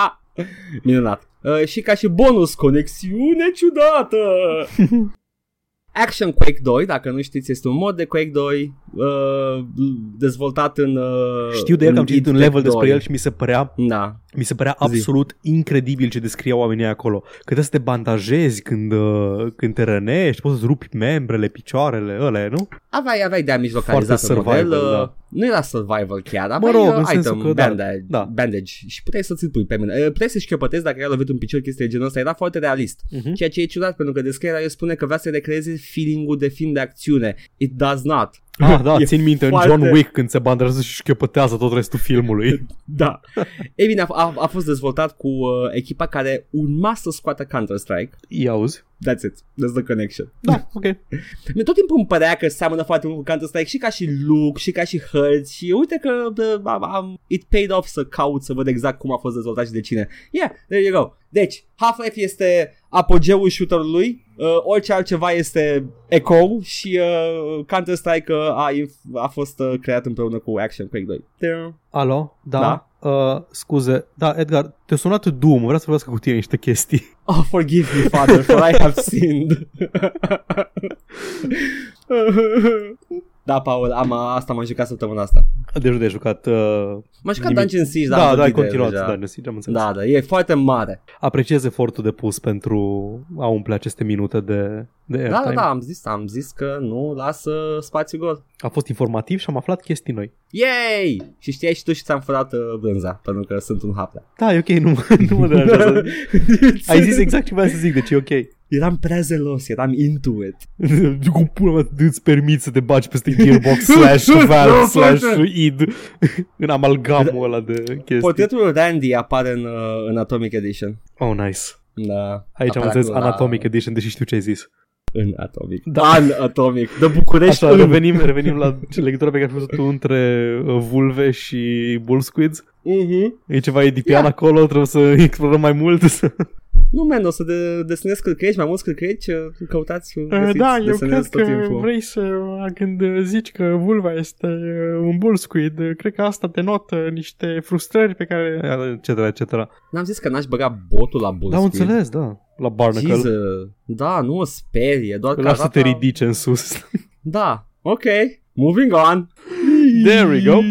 Minunat. Uh, și ca și bonus, conexiune ciudată! Action Quake 2, dacă nu știți, este un mod de Quake 2 uh, dezvoltat în... Uh,
Știu de el că am
în
citit
id
un
2.
level despre el și mi se părea
Da.
Mi se părea
Zi.
absolut incredibil ce descriau oamenii acolo. Că trebuie să te bandajezi când, uh, când te rănești, poți să-ți rupi membrele, picioarele, ăle, nu?
Aveai, aveai de-a mijlocalizat
Foarte
în model,
survival,
uh,
da.
Nu era survival chiar, dar
Mă
mă
rog,
rog,
în
uh,
sensul
item,
că da,
bandage,
da.
bandage, și puteai să ți-l pui pe mine. Uh, puteai să șchiopătezi dacă ai lovit un picior chestia de genul ăsta, era foarte realist.
Uh-huh.
Ceea ce e ciudat, pentru că descrierea eu spune că vrea să recreeze feeling-ul de film de acțiune. It does not.
Ah, da,
E
țin minte,
foarte-
în John Wick când se bandajează și șchiopătează tot restul filmului.
Da. Ei bine, a, a, a fost dezvoltat cu uh, echipa care urma să scoată Counter-Strike.
Ia auzi?
That's it. That's the connection.
Da, ok.
Mie Tot timpul îmi părea că seamănă foarte mult cu Counter-Strike și ca și look și ca și hărți și uite că bă, am, am, it paid off să caut să văd exact cum a fost dezvoltat și de cine. Yeah, there you go. Deci, Half-Life este apogeul shooterului, uh, orice altceva este eco și uh, Counter-Strike uh, a, a fost uh, creat împreună cu Action Quake 2. Tiu.
Alo? Da? Uh, scuze, da, Edgar, te-a sunat Doom, vreau să vorbesc cu tine niște chestii.
Oh, forgive me, Father, for I have sinned. da, Paul, am, asta m-am jucat săptămâna asta.
Deci de jucat... Uh,
M-am jucat
Nimic.
Dungeon Siege,
da,
dar am
da, ai
vorbit de el
continuat,
deja.
da, ne am înțeles.
da, da, e foarte mare.
Apreciez efortul depus pentru a umple aceste minute de, de
Da, da,
airtime.
da, am zis, am zis că nu lasă spațiu gol.
A fost informativ și am aflat chestii noi.
Yay! Și știai și tu și ți-am furat uh, brânza, pentru că sunt un haplea.
Da, e ok, nu, mă- nu mă deranjează. Ai zis exact ce vreau să zic, deci e ok.
Eram prea zelos, eram into it.
Cum pula mea îți permiți să te bagi peste Gearbox slash Valve slash id în amalgamul ăla de chestii?
Portretul Randy apare în, uh, în Atomic Edition.
Oh, nice.
Da.
Aici am
Apare
înțeles
acolo la-
Anatomic Edition, deși știu ce ai zis.
În Atomic.
Da.
Da. În Atomic. De București.
Așa,
în-
Deci revenim, revenim la legătura pe care ai făcut tu între uh, vulve și bull squids.
Mhm.
E ceva edipian acolo, trebuie să explorăm mai mult.
Nu, man, o să de- desenez cârcăiești, mai mulți cârcăiești, uh, căutați,
Eh,
uh, găsiți,
Da, eu
desenez
cred
tot
că
timpul.
vrei să, când zici că vulva este uh, un bull squid, cred că asta denotă niște frustrări pe care
etc, etc.
N-am zis că n-aș băga botul la bull
Da,
squid.
înțeles, da. La Barnacle.
Jesus. Da, nu o sperie, doar
Îl
că
lasă să
arată...
te ridice în sus.
Da, ok. Moving on.
There we go.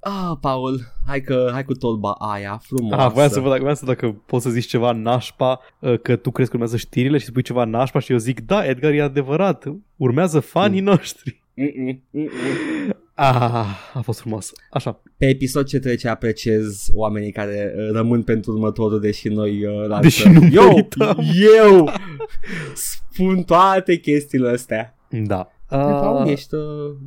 ah, Paul, hai că hai cu tolba aia, frumos.
Ah, voiam să văd dacă, voiam să dacă poți să zici ceva nașpa, uh, că tu crezi că urmează știrile și spui ceva nașpa și eu zic, da, Edgar, e adevărat, urmează fanii
Hmm.
noștri.
Mm-mm, mm-mm.
Ah, a fost frumos. Așa.
mm. Pe episod ce trece apreciez oamenii care uh, rămân pentru următorul, deși noi uh, lansăm.
Deși nu
eu,
uităm.
eu spun toate chestiile astea.
Da.
Paul,
Uh,
ești, uh,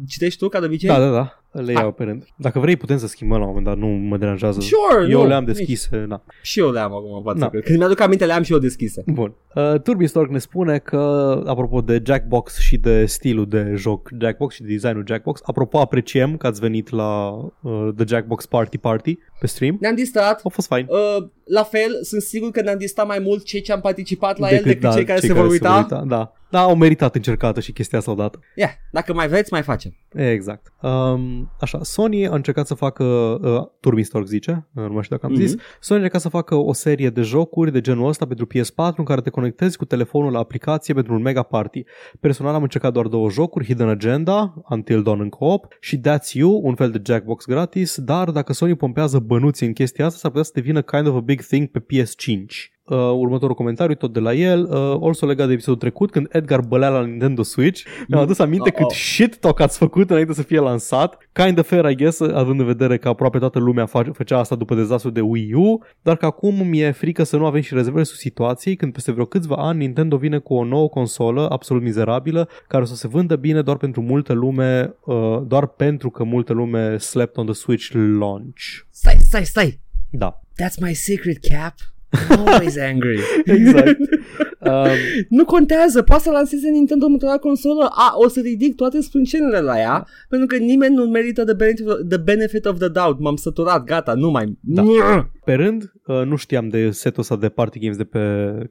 citești tu ca de obicei?
da, da, da. le iau pe rând. Dacă vrei putem să schimbăm la un moment dat, nu mă deranjează.
Sure,
eu
nu,
le-am
nici-
deschise, na.
Și eu le-am acum în față.
Da.
că- Când mi-aduc aminte, le-am și eu deschise.
Bun. Uh, Turbistork ne spune că, apropo de Jackbox și de stilul de joc Jackbox și de designul Jackbox, apropo apreciem că ați venit la uh, The Jackbox Party Party pe stream.
Ne-am distrat.
A fost fain.
Uh, la fel, sunt sigur că ne-am distrat mai mult cei ce am participat la el decât da, cei care se vor uita.
Da. da, au meritat încercată și chestia asta odată.
Yeah, dacă mai vreți, mai facem.
Exact. Um, așa, Sony a încercat să facă, uh, Turmistorg zice, uh, nu mai știu dacă am mm-hmm.
Mhm.
zis, Sony a încercat să facă o serie de jocuri de genul ăsta pentru PS4 în care te conectezi cu telefonul la aplicație pentru un mega party. Personal am încercat doar două jocuri, Hidden Agenda, Until Dawn în co și That's You, un fel de Jackbox gratis, dar dacă Sony pompează bănuți în chestia asta, s-ar putea să devină kind of a big thing pe PS5. Uh, următorul comentariu tot de la el, uh, also legat de episodul trecut, când Edgar bălea la Nintendo Switch, mi-am adus aminte
Oh,
cât
oh.
shit talk ați făcut înainte să fie lansat. Kind of fair, I guess, având în vedere că aproape toată lumea fa- făcea asta după dezastrul de Wii U, dar că acum mi-e frică să nu avem și rezerve sub situației când peste vreo câțiva ani Nintendo vine cu o nouă consolă absolut mizerabilă care o să se vândă bine doar pentru multă lume, uh, doar pentru că multă lume slept on the Switch launch.
Stai, stai, stai.
Da,
That's my secret cap. I'm always angry.
exact. um,
nu contează, poate să lanseze Nintendo următoarea consolă, a, o să ridic toate sprâncenele la ea, pentru că nimeni nu merită the benefit, the benefit of the doubt, m-am săturat, gata, nu mai...
Da.
Mua!
Pe rând, uh, nu știam de setul ăsta de party games de pe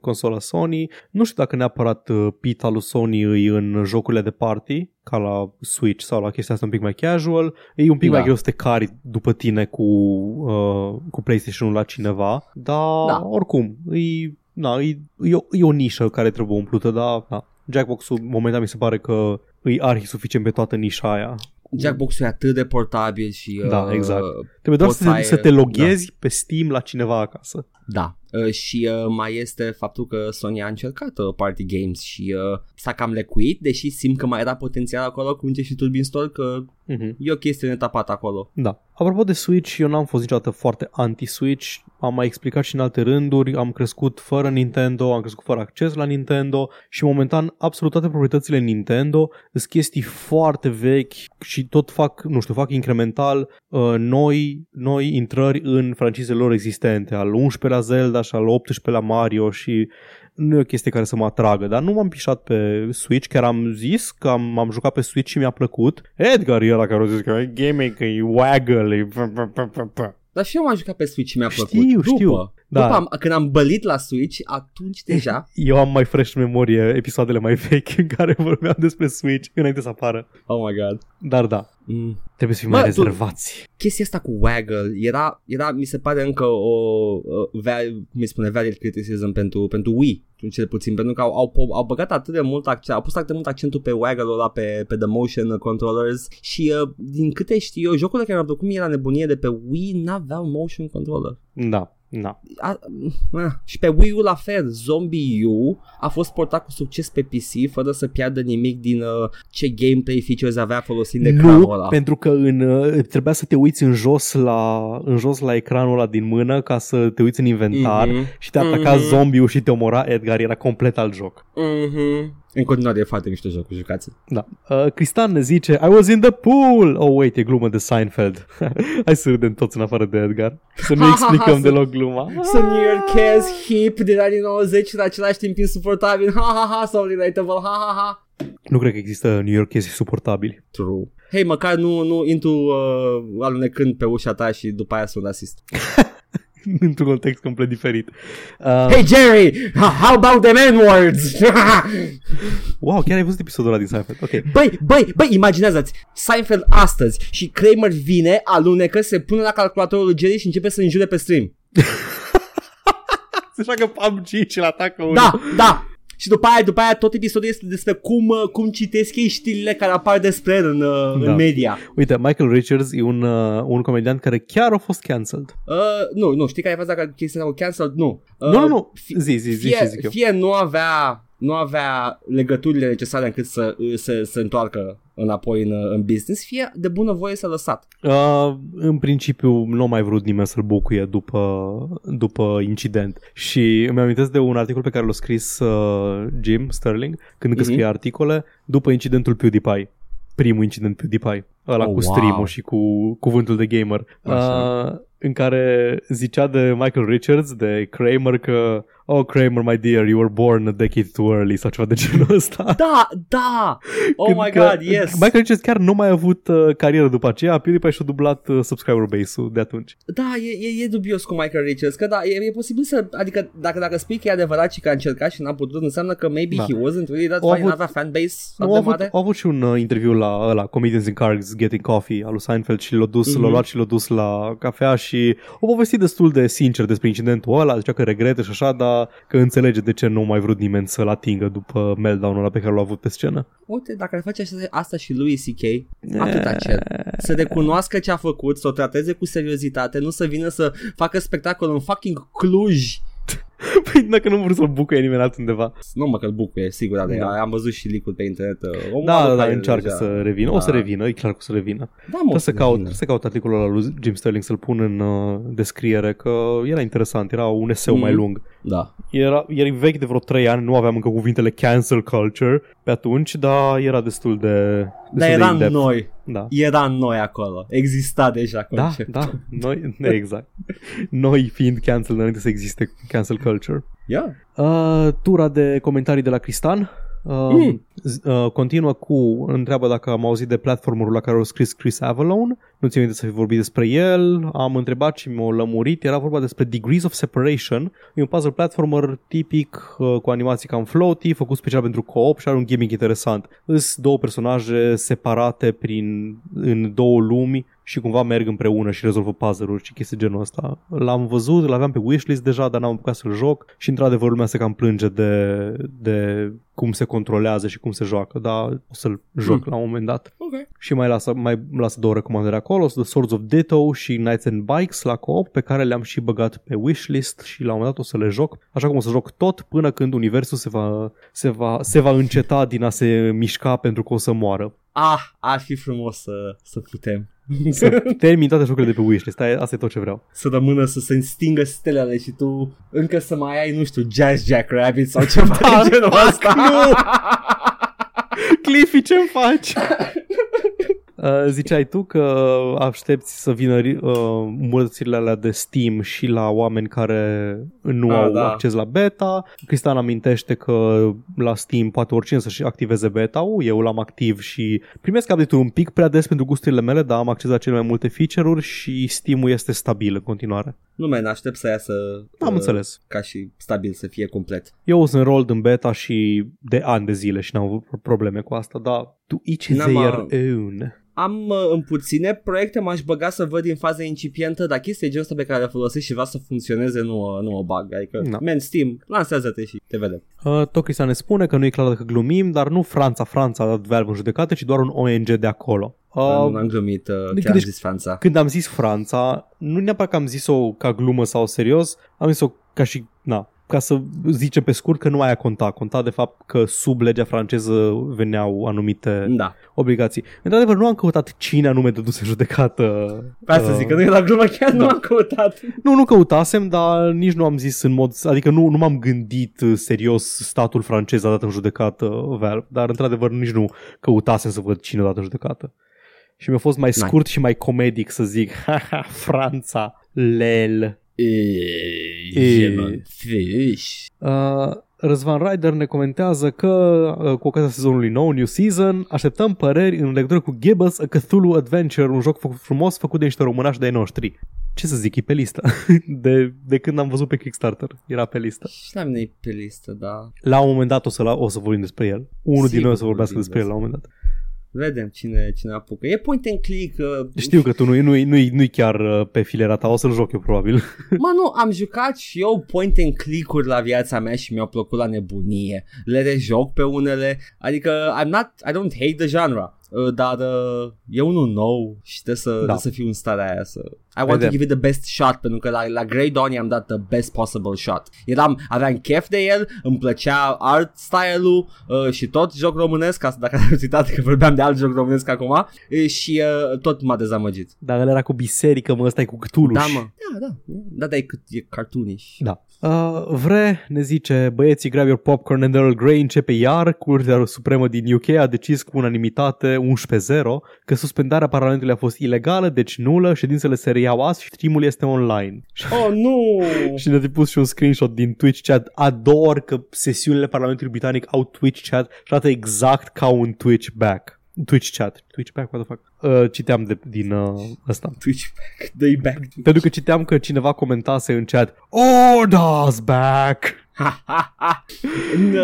consola Sony. Nu știu dacă neapărat uh, pita lui Sony îi în jocurile de party, ca la Switch sau la chestia asta un pic mai casual. E un pic
Da.
da. mai greu să te cari după tine cu, uh, cu PlayStation-ul la cineva, dar
Da.
da. oricum, e, na, e, e, o, e o nișă care trebuie umplută, dar na. Jackbox-ul momentan mi se pare că îi arhi suficient pe toată nișa aia.
Jackbox-ul e atât de portabil și...
Da,
uh,
exact. Trebuie doar
Poți
să, să,
ai-
să te loghezi da. pe Steam la cineva acasă.
Da, uh, și uh, mai este faptul că Sony a încercat uh, Party Games și uh, s-a cam lecuit, deși simt că mai era potențial acolo, cum zice și Turbin Store, că
Mhm.
e o chestie netapat acolo.
Da. Apropo de Switch, eu n-am fost niciodată foarte anti-Switch, am mai explicat și în alte rânduri, am crescut fără Nintendo, am crescut fără acces la Nintendo și momentan absolut toate proprietățile Nintendo sunt chestii foarte vechi și tot fac, nu știu, fac incremental uh, noi, noi intrări în francizele lor existente, al 11-lea Zelda și al 18-lea Mario și nu e o chestie care să mă atragă, dar nu m-am pișat pe Switch, chiar am zis că am, am jucat pe Switch și mi-a plăcut. Edgar era care a zis că e gaming, că e waggle, e... pă, pă, pă, pă, pă.
Dar și eu m-am jucat pe Switch și mi-a plăcut.
Știu,
După,
știu.
Da.
Da.
După am, când am bălit la Switch, atunci deja...
Eu am mai fresh în memorie episoadele mai vechi în care vorbeam despre Switch înainte să apară.
oh my god.
Dar da,
Mm.
trebuie să fim
Bă,
mai
tu-
rezervați.
chestia asta cu Waggle era, era mi se pare încă o, uh, val- cum îi spune, valid criticism pentru, pentru Wii, cel puțin, pentru că au, au, po- au băgat atât de mult accent, au pus atât de mult accentul pe Waggle-ul ăla, pe, pe The Motion Controllers și uh, din câte știu eu, jocurile care mi-au plăcut mie la nebunie de pe Wii n-aveau Motion Controller.
Da, da.
A, ah, și pe Wii U la fel, Zombie U a fost portat cu succes pe PC fără să piardă nimic din uh, ce gameplay features avea folosind ecranul
nu,
ăla.
pentru că în, uh, trebuia să te uiți în jos, la, în jos la ecranul ăla din mână ca să te uiți în inventar
Mhm.
și te ataca
Mhm.
zombiul și te omora Edgar, era complet alt joc.
Mhm. În continuare e foarte mișto jocul, jucați
Da. Uh, Cristian ne zice I was in the pool! Oh, wait, e glumă de Seinfeld. Hai să râdem toți în afară de Edgar. Să nu
Ha, ha,
explicăm
ha,
deloc gluma.
Să New Yorkez hip din anii 90 în același timp insuportabil Ha ha ha sau relatable ha ha ha
Nu cred că există New Yorkezi suportabili.
True Hei, măcar nu, nu intru uh, alunecând pe ușa ta și după aia sunt rasist.
Într-un context complet diferit. Uh,
Hey Jerry, how about the man words?
wow, chiar ai văzut episodul ăla din Seinfeld. Ok.
băi, băi, băi, imaginează-ți, Seinfeld astăzi și Kramer vine, alunecă, se pune la calculatorul lui Jerry și începe să înjure pe stream.
Se joacă PUBG și-l atacă un...
Da, da. Și după aia, după aia tot episodul este despre cum, uh, cum citesc ei știrile care apar despre el în, da. în
Da.
media.
Uite, Michael Richards e un, uh, un comediant care chiar a fost cancelled.
Uh, nu, nu, știi care e faza că chestia asta cu cancel? Nu. Uh,
nu, nu, nu.
fi-
Zi, zi, zi
fie,
ce zic eu.
fie nu avea nu avea legăturile necesare încât să se, să întoarcă înapoi în, uh, în business, fie de bună voie s-a lăsat.
Uh, în principiu nu a mai vrut nimeni să-l bucuie după, după incident și îmi amintesc de un articol pe care l-a scris uh, Jim Sterling când încă
Mhm.
scrie articole după incidentul PewDiePie primul incident PewDiePie. ăla oh, cu stream wow. și cu cuvântul de gamer, uh, în care zicea de Michael Richards, de Kramer, că Oh, Kramer, my dear, you were born a decade too early sau ceva de genul ăsta.
Da, da! Oh Când my god, yes!
Michael Richards chiar nu mai a avut uh, carieră după aceea, PewDiePie și-a dublat uh, subscriber base-ul de atunci.
Da, e, e, e dubios cu Michael Richards, că da, e, e posibil să, adică dacă, dacă spui că e adevărat și că a încercat și n-a putut, înseamnă că maybe da. he wasn't really that fine, avut, fanbase
nu, a avut, a avut și un uh, interviu la ăla, Comedians in Cars Getting Coffee, al lui Seinfeld și l-a dus, mm-hmm. l-a luat și l-a dus la cafea și a povestit destul de sincer despre incidentul ăla, zicea că regrete și așa, dar că înțelege de ce nu mai vrut nimeni să-l atingă după meltdown-ul ăla pe care l-a avut pe scenă.
Uite, dacă ar face asta și lui C.K., atâta cer. Să recunoască ce a făcut, să o trateze cu seriozitate, nu să vină să facă spectacol în fucking Cluj.
Păi dacă nu vrut să-l bucuie nimeni altundeva
Nu mă că-l bucuie, sigur, da. De, am văzut și licul pe internet uh,
Omul Da, da, încearcă deja. să revină da. O să revină, e clar că o să revină da, mă, să, caut, să caut articolul ăla lui Jim Sterling Să-l pun în uh, descriere Că era interesant, era un eseu mm. mai lung
Da
era, era vechi de vreo 3 ani Nu aveam încă cuvintele cancel culture Pe atunci, dar era destul de destul
Dar
de
era
in-depth.
noi
da.
Era noi acolo, exista deja
conceptul. Da, da, noi, exact. Noi fiind cancel înainte să existe cancel culture.
Yeah.
Uh, tura de comentarii de la Cristan. Uh, mm. uh, continuă cu întreabă dacă am auzit de platformul la care a scris Chris Avalon nu țin minte să fi vorbit despre el am întrebat și mi-o lămurit era vorba despre Degrees of Separation e un puzzle platformer tipic uh, cu animații cam floaty făcut special pentru co-op și are un gimmick interesant îs două personaje separate prin, în două lumi și cumva merg împreună și rezolvă puzzle-uri și chestii genul ăsta. L-am văzut, l-aveam pe wishlist deja, dar n-am apucat să-l joc și într-adevăr lumea se cam plânge de, de cum se controlează și cum se joacă, dar o să-l joc mm. la un moment dat.
Okay.
Și mai lasă, mai lasă două recomandări acolo, The Swords of Ditto și Knights and Bikes la co-op, pe care le-am și băgat pe wishlist și la un moment dat o să le joc, așa cum o să joc tot până când universul se va, se va, se va înceta din a se mișca pentru că o să moară.
Ah, ar fi frumos să, să putem.
Să termin toate jocurile de pe wishlist, asta e tot ce vreau.
Să rămână să se stingă stelele și tu încă să mai ai, nu știu, Jazz Jack Rabbit sau ceva da, de genul ăsta.
Nu! Cliffy, ce-mi faci? Uh, ziceai tu că aștepți să vină uh, mulțile alea de Steam și la oameni care nu ah, au da. acces la beta. Cristian amintește că la Steam poate oricine să-și activeze beta-ul. Eu l-am activ și primesc update un pic prea des pentru gusturile mele, dar am acces la cele mai multe feature-uri și Steam-ul este stabil în continuare.
Nu, mai aștept să iasă
am uh, înțeles.
ca și stabil să fie complet.
Eu sunt rolled în beta și de ani de zile și n-am avut probleme cu asta, dar tu each is their own
am uh, în puține proiecte, m-aș băga să văd din faza incipientă, dar chestia genul pe care le folosesc și vrea să funcționeze, nu, nu o bag. Adică, no. man, Steam, lansează-te și te vedem.
Uh, Tokisa ne spune că nu e clar dacă glumim, dar nu Franța, Franța a dat Valve în judecată, ci doar un ONG de acolo.
Uh, nu am glumit, uh, deci, chiar deci, am zis Franța.
Când am zis Franța, nu neapărat că am zis-o ca glumă sau serios, am zis-o ca și, na, ca să zicem pe scurt că nu aia conta. Conta de fapt că sub legea franceză veneau anumite
da.
obligații. Într-adevăr, nu am căutat cine anume dăduse în judecată.
Pe asta uh, zic, că nu e la glumă, chiar da. nu am căutat.
Nu, nu căutasem, dar nici nu am zis în mod... Adică nu, nu m-am gândit uh, serios statul francez a dat în judecată Valve, dar într-adevăr nici nu căutasem să văd cine a dat în judecată. Și mi-a fost mai scurt Nein. și mai comedic să zic, haha, Franța, lel.
E... Fish.
Uh, Răzvan Ryder ne comentează că, uh, cu ocazia sezonului nou, New Season, așteptăm păreri în legătură cu Gibbous, A Cthulhu Adventure, un joc făcut frumos făcut de niște românași de-ai noștri. Ce să zic, e pe listă. De, de când am văzut pe Kickstarter, era pe listă.
Și la mine e pe listă, da.
La un moment dat o să, la, o să vorbim despre el. Unul Sigur din noi o să vorbească despre el la un moment dat
vedem cine, cine apucă. E point and click. Uh...
Știu că tu nu, nu, nu, nu-i chiar uh, pe filera ta, o să-l joc eu probabil.
Mă, nu, am jucat și eu point and click-uri la viața mea și mi-au plăcut la nebunie. Le rejoc pe unele, adică I'm not, I don't hate the genre. Uh, dar uh, e unul nou și trebuie să, da. trebuie să fiu în starea aia să... I want Vedem. to give it the best shot pentru că la, la Grey Dawn i-am dat the best possible shot. Eram, aveam chef de el, îmi plăcea art style-ul uh, și tot joc românesc, asta dacă ați uitat că vorbeam de alt joc românesc acum uh, și uh, tot m-a dezamăgit.
Dar el era cu biserică, mă, ăsta e cu Cthulhu.
Da, mă. Da, da. Da, da, e, e cartoonish.
Da. Uh, vre ne zice Băieții, grab your popcorn and Earl Grey începe iar Curtea Supremă din UK a decis cu unanimitate hotărâre 11-0 că suspendarea Parlamentului a fost ilegală, deci nulă, ședințele se reiau azi și streamul este online.
Oh, nu!
și ne-a pus și un screenshot din Twitch chat. Ador că sesiunile Parlamentului Britanic au Twitch chat și arată exact ca un Twitch back. Twitch chat. Twitch back, what the fuck? Uh, citeam de, din uh, ăsta.
Twitch back, dă back.
Pentru că citeam că cineva comentase în chat Orders back!
Da,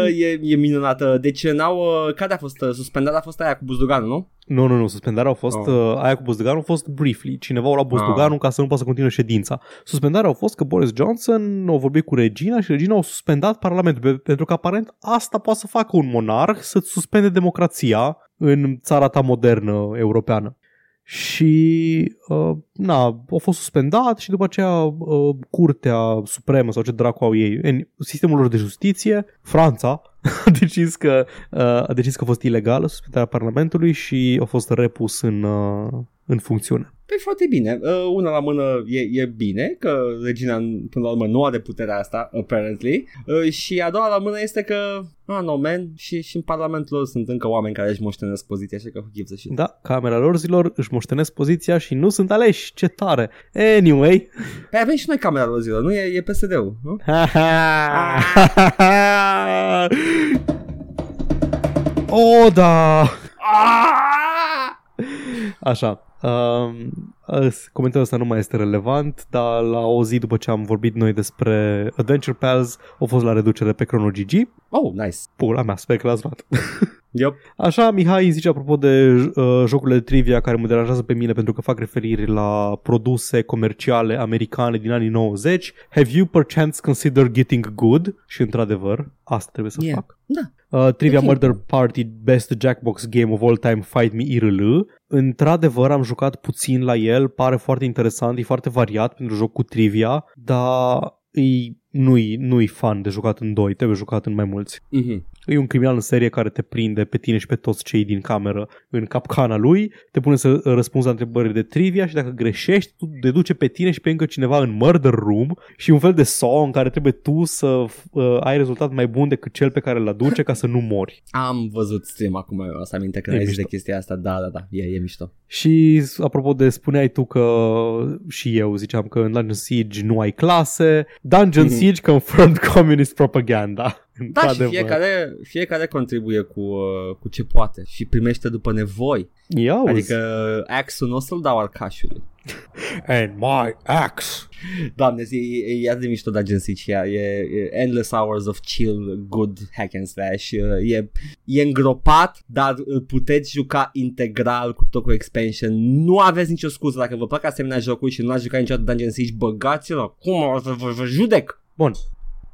e, e minunată. Deci n-au... uh, Care a fost uh, suspendată? A fost aia cu buzduganul, nu?
Nu, nu, nu, suspendarea a fost,
Oh.
oh. aia cu Buzduganul a fost briefly. Cineva o luat Buzduganul ca să nu poată să continue ședința. Suspendarea a fost că Boris Johnson a vorbit cu Regina și Regina a suspendat Parlamentul, pe- pentru că aparent asta poate să facă un monarh, să-ți suspende democrația în țara ta modernă europeană. Și, uh, na, a fost suspendat și după aceea uh, Curtea Supremă sau ce dracu au ei, în sistemul lor de justiție, Franța, a decis că Uh, a decis că a fost ilegală suspendarea Parlamentului și a fost repus în, uh, în funcțiune.
Păi foarte bine. Uh, Una la mână e, e bine, că regina până la urmă nu are puterea asta, apparently. Uh, Și a doua la mână este că, ah, no, man, și, și în parlamentul lor sunt încă oameni care își moștenesc poziția, așa că who gives a shit.
Da, camera lor zilor își moștenesc poziția și nu sunt aleși, ce tare! Anyway,
Păi avem și noi camera lor zilor, nu? E, e PSD-ul, nu?
o, da! Așa. Um, as- comentariul ăsta nu mai este relevant, dar la o zi după ce am vorbit noi despre Adventure Pals, au fost la reducere pe Chrono GG.
Oh, nice.
Pula mea, sper că l-ați luat.
Yep.
Așa, Mihai îmi zice apropo de uh, jocurile de trivia care mă deranjează pe mine pentru că fac referiri la produse comerciale americane din anii 90. Have you perchance considered getting good? Și într-adevăr, asta trebuie să
Yeah.
fac.
Da.
Uh, trivia
Ok.
Murder Party Best Jackbox Game of All Time Fight Me IRL. Într-adevăr am jucat puțin la el, pare foarte interesant, e foarte variat pentru joc cu trivia, dar e, nu-i, nu-i fan de jucat în doi, trebuie jucat în mai mulți.
Mm-hmm.
E un criminal în serie care te prinde pe tine și pe toți cei din cameră în capcana lui, te pune să răspunzi la întrebări de trivia și dacă greșești, tu deduce pe tine și pe încă cineva în murder room și un fel de song în care trebuie tu să uh, ai rezultat mai bun decât cel pe care îl aduce ca să nu mori.
Am văzut stream acum, eu asta aminte când
E
ai zis
mișto.
de chestia asta, da, da, da, e, e mișto.
Și apropo de spuneai tu că și eu ziceam că în Dungeon Siege nu ai clase, Dungeon
Mhm.
Siege confirmed communist propaganda.
Da, și
Într-adevăr.
fiecare, fiecare contribuie cu, uh, cu ce poate și primește după nevoi.
Ia uzi.
Adică axul nu o să-l dau arcașului.
And my axe.
Doamne, e, e, e atât de mișto de agențicia, e, e endless hours of chill, good hack and slash, uh, e, e îngropat, dar îl puteți juca integral cu tot cu expansion. Nu aveți nicio scuză dacă vă plac asemenea jocuri și nu ați jucat niciodată Dungeon Siege, băgați-l, cum o să vă, vă judec?
Bun.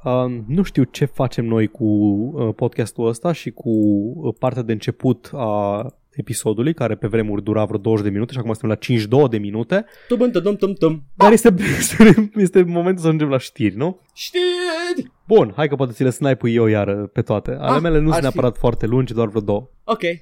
Um, nu știu ce facem noi cu uh, podcastul ăsta și cu uh, partea de început a episodului, care pe vremuri dura vreo 20 de minute și acum suntem la 52 de minute,
Tum, tum, tum, tum, tum.
dar este, este, este momentul să ajungem la știri, nu?
Știri!
Bun, hai că poate ți le snipe eu iară pe toate. Ale
Ah,
mele nu
ar
sunt
fi.
neapărat foarte lungi, doar vreo două.
Ok,
Uh,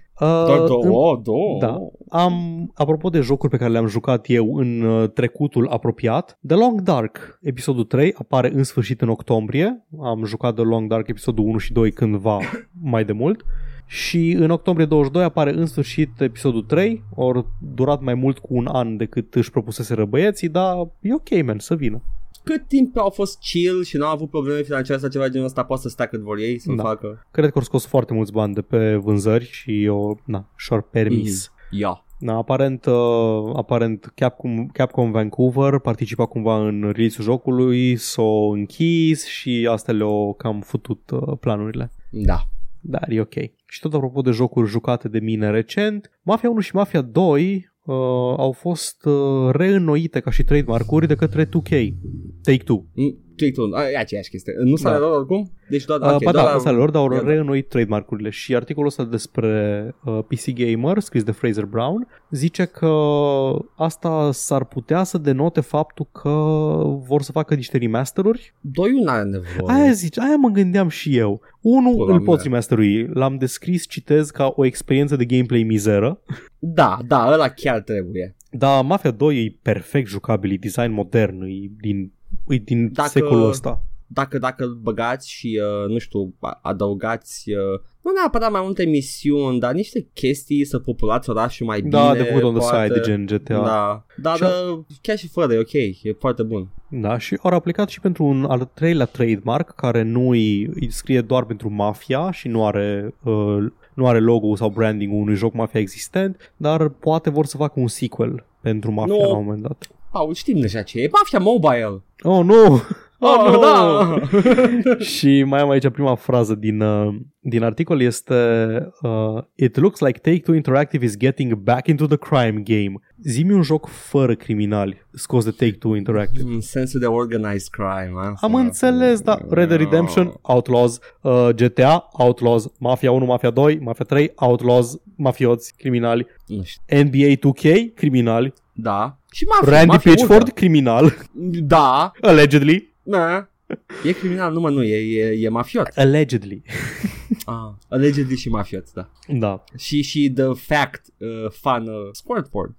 doar
în-
două, două.
da. Am, apropo de jocuri pe care le-am jucat eu în uh, trecutul apropiat, The Long Dark, episodul 3, apare în sfârșit în octombrie. Am jucat The Long Dark episodul 1 și 2 cândva mai de mult. Și în octombrie 22 apare în sfârșit episodul 3, or durat mai mult cu un an decât își propuseseră băieții, dar e ok, man, să vină.
Cât timp au fost chill și n-au avut probleme financiare sau ceva de genul ăsta, poate să stea cât vor ei să
Da.
da. facă.
Cred că au scos foarte mulți bani de pe vânzări și eu, na, și-or permis.
Ia.
Da, aparent, uh, aparent Capcom, Capcom Vancouver participa cumva în release-ul jocului, s-o închis și astea le-au cam futut uh, planurile.
Da.
Dar e ok. Și tot apropo de jocuri jucate de mine recent, Mafia 1 și Mafia 2 uh, au fost uh, reînnoite ca și trademark-uri de către 2K. Take-Two.
Triton, e aceeași chestie. Nu s-a
Da.
da. oricum? Deci doar,
Okay,
ok,
ba da,
doar-
asta lor, dar au
da, da.
reînnoit trademark-urile și articolul ăsta despre uh, PC Gamer, scris de Fraser Brown, zice că asta s-ar putea să denote faptul că vor să facă niște remasteruri.
Doi nu are nevoie.
Aia zice, aia mă gândeam și eu. Unul
Pula
îl
mea.
poți remasterui, l-am descris, citez ca o experiență de gameplay mizeră,
Da, da, ăla chiar trebuie.
dar Mafia 2 e perfect jucabil, e design modern, e din, e din
Dacă-
secolul ăsta.
Dacă, dacă îl băgați și, uh, nu știu, a- adăugați, uh, nu nu neapărat mai multe misiuni, dar niște chestii să populați orașul mai bine.
Da, de făcut on the
poate.
side, de gen GTA.
Da, dar
Și-
și chiar și fără, e ok, e foarte bun.
Da, și au aplicat și pentru un al treilea trademark care nu îi îi scrie doar pentru Mafia și nu are, uh, nu are logo sau branding unui joc Mafia existent, dar poate vor să facă un sequel pentru Mafia
Nu.
la un moment dat.
Au, știm deja ce e, Mafia Mobile!
Oh, nu!
Oh,
nu!
da!
și mai am aici prima frază din, uh, din articol este uh, It looks like Take-Two Interactive is getting back into the crime game. Zimi un joc fără criminali scos de Take-Two Interactive.
În sensul de organized crime. Asta.
Am înțeles, da. Red Dead Redemption, Outlaws, uh, GTA, Outlaws, Mafia 1, Mafia 2, Mafia 3, Outlaws, mafioți, criminali,
Nu știu.
NBA 2K, criminali,
Da. Și mafia,
Randy
mafia
Pitchford,
urcă.
criminal,
Da.
allegedly.
Da. E criminal, nu mă, nu, e, e, e mafiot.
Allegedly.
Ah, allegedly și mafiot, da.
Da.
Și, și the fact uh, fun uh, squirt porn.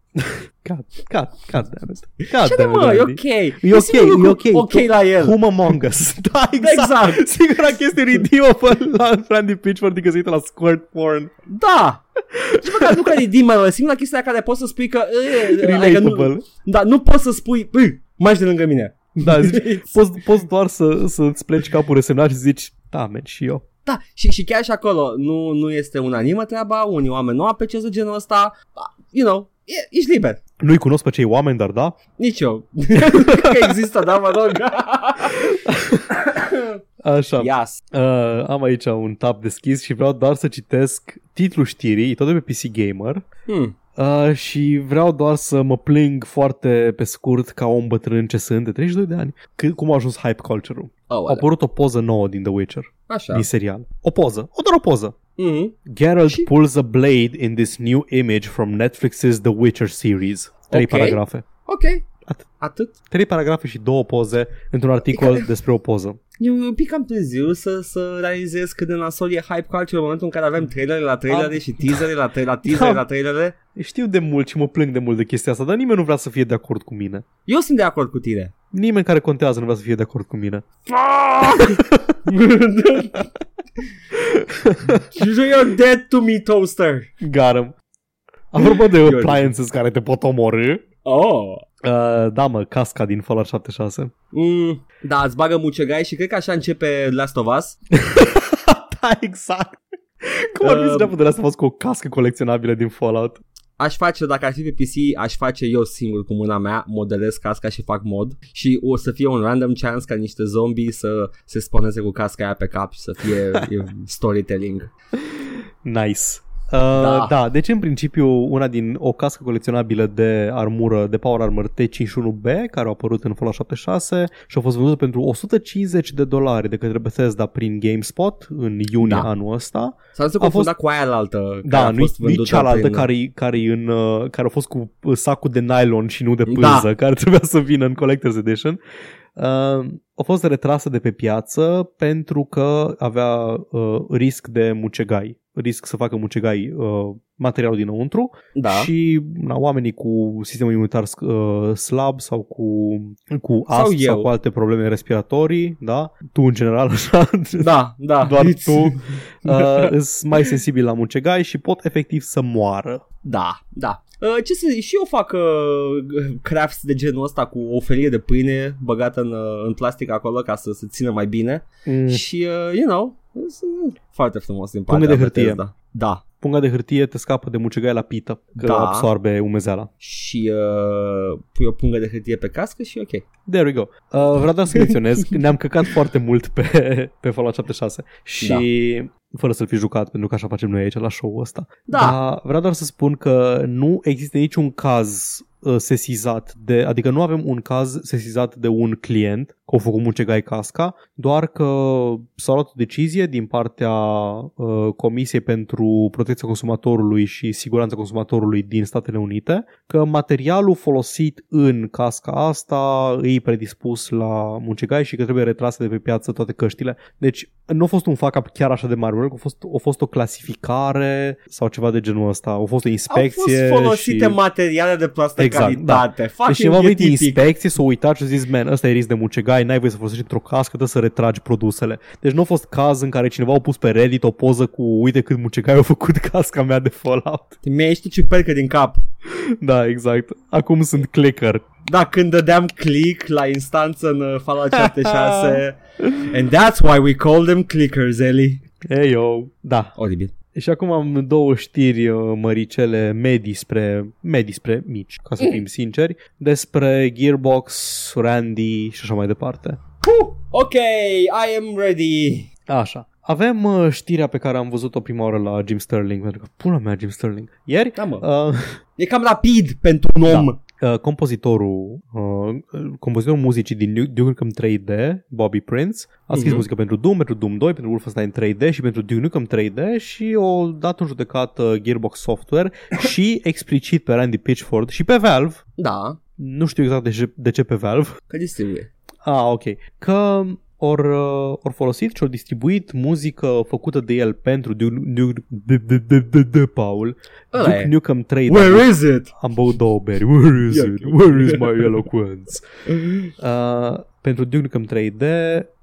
God, God, God damn it. God
Ce de
damn it,
mă, e
Da, Randy.
ok. E
ok,
singurul
e
lucru
ok.
Ok la el.
Whom Among Us. Da, exact.
Exact.
Singura chestie ridivă la Randy Pitchford e că se uită la squirt porn.
Da. Și măcar nu că ridimă, singura chestia care poți să spui că... Uh, adică nu,
Relatable.
da, nu poți să spui... Uh, mai de lângă mine.
Da, zici, poți, poți doar să, să-ți pleci capul resemnat și zici, da, men, și eu.
Da, și, și chiar și acolo nu, nu este unanimă treaba, unii oameni nu apreciază genul ăsta, you know, e, ești liber.
Nu-i cunosc pe cei oameni, dar da.
Nici eu. că există, da, mă rog.
Așa.
Yes.
Uh, am aici un tab deschis și vreau doar să citesc titlul știrii, e tot de pe PC Gamer.
Hmm.
Uh, și vreau doar să mă plâng foarte pe scurt ca om bătrân ce sunt de 32 de ani. C- cum a ajuns hype culture-ul?
Oh,
A apărut o poză nouă din The Witcher,
Așa.
din serial. O poză, o doar o poză.
Mm-hmm.
Geralt
Și-
pulls a blade in this new image from Netflix's The Witcher series. Trei
Ok.
paragrafe.
Ok.
Atât.
Atât.
Trei paragrafe și două poze într-un articol despre o poză.
Eu un pic am târziu să, să realizez cât de nasol e hype culture în momentul în care avem trailere la trailere
Am-
și teasere la, tra- la teasere
Da.
la trailere.
Știu de mult și mă plâng de mult de chestia asta, dar nimeni nu vrea să fie de acord cu mine.
Eu sunt de acord cu tine.
Nimeni care contează nu vrea să fie de acord cu mine.
Ah! You're dead to me, toaster.
Garam. Apropo de
Iorgi.
appliances care te pot omorâ.
Oh.
Uh, da, mă, casca din Fallout 76.
Mm, da, îți bagă mucegai și cred că așa începe Last of Us.
da, exact. Um, Cum ar fi
Uh,
să de asta fost cu o cască colecționabilă din Fallout?
Aș face, dacă ar fi pe PC, aș face eu singur cu mâna mea, modelez casca și fac mod și o să fie un random chance ca niște zombie să se sponeze cu casca aia pe cap și să fie e, storytelling.
Nice. Uh, da.
Da.
da, deci în principiu una din o cască colecționabilă de armură de Power Armor T51B care a apărut în Fallout 76 și a fost vândută pentru 150 de dolari de către Bethesda prin GameSpot în iunie da.
Da.
anul ăsta.
Sau să
A
confunda fost... cu aia la altă.
Da, nu nici cealaltă
prin-
care, care, în, uh, care a fost cu uh, sacul de nylon și nu de pânză, da. care trebuia să vină în Collector's Edition. Uh, a fost retrasă de pe piață pentru că avea uh, risc de mucegai, risc să facă mucegai uh, materialul dinăuntru
Da. Și...
și na, oamenii cu sistemul imunitar sc- uh, slab sau cu, cu
Sau
asp sau,
eu.
cu alte probleme respiratorii, da? tu în general așa,
Da, da.
doar
It's-
tu, uh, sunt mai sensibil la muncegai și pot efectiv să moară.
Da, da. Uh, Ce să și eu fac uh, crafts de genul ăsta cu o felie de pâine băgată în, uh, în plastic acolo ca să se țină mai bine.
Mm.
Și, uh, you know, s- foarte frumos din
Punge
partea
de hârtie.
Bethesda. Da.
Punga de hârtie te scapă de mucegai la pită, că
Da.
absorbe umezeala.
Și uh, pui o pungă de hârtie pe cască și ok.
There we go. Uh, vreau doar să menționez, că ne-am căcat foarte mult pe, pe Fallout 76 și... fără să-l fi jucat, pentru că așa facem noi aici la show-ul ăsta.
Da.
Dar vreau doar să spun că nu există niciun caz uh, sesizat de, adică nu avem un caz sesizat de un client că au făcut mucegai casca, doar că s-a luat o decizie din partea uh, Comisiei pentru Protecția Consumatorului și Siguranța Consumatorului din Statele Unite că materialul folosit în casca asta îi predispus la mucegai și că trebuie retrase de pe piață toate căștile. Deci nu a fost un fuck-up chiar așa de mare, probabil că a fost, a fost o clasificare sau ceva de genul ăsta, a fost o
Au
inspecție
fost folosite
și...
materiale de proastă
Exact,
calitate. Da.
Deci
Fucking
cineva a
e
venit din
tipic.
inspecție, s-a uitat și a zis, man, ăsta e risc de mucegai, ai, n-ai voie să folosești într-o cască, trebuie să retragi produsele. Deci nu a fost caz în care cineva a pus pe Reddit o poză cu uite cât mucegai au făcut casca mea de Fallout.
Mi-a ieșit și percă din cap.
Da, exact. Acum sunt clicker.
Da, când dădeam click la instanță în uh, Fallout 76. And that's why we call them clickers, Eli.
Hey, yo. Da.
Oribil.
Și acum am două știri uh, măricele medii spre, medii spre mici, ca să fim sinceri, despre Gearbox, Randy și așa mai departe.
Puh, ok, I am ready.
Așa. Avem uh, știrea pe care am văzut-o prima oară la Jim Sterling, pentru că pula mea Jim Sterling. Ieri,
Da, mă.
uh,
E cam rapid pentru un om. Da.
Uh, compozitorul, uh, compozitorul muzicii din Duke Duke Nukem 3D, Bobby Prince, a scris
Mhm.
muzică pentru Doom, pentru Doom 2, pentru Wolfenstein 3D și pentru Duke Nukem 3D și o dat în judecată Gearbox Software și explicit pe Randy Pitchford și pe Valve,
da.
nu știu exact de ce, de ce pe Valve,
Că distribuie.
ah, ok, că or, uh, or folosit și or distribuit muzică făcută de el pentru Duke, Duke, Duke, Duke, Duke, Paul,
Ăla e.
Duke Nukem 3D.
Where is it?
Am băut două beri. Where is
Ia
it?
ok.
Where is my eloquence? Uh, pentru Duke Nukem 3D,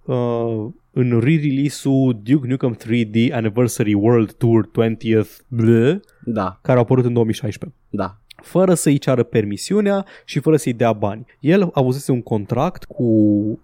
uh, în re-release-ul Duke Nukem 3D Anniversary World Tour 20th, bleh,
Da,
care a apărut în 2016
da.
fără să-i ceară permisiunea și fără să-i dea bani. El avusese un contract cu,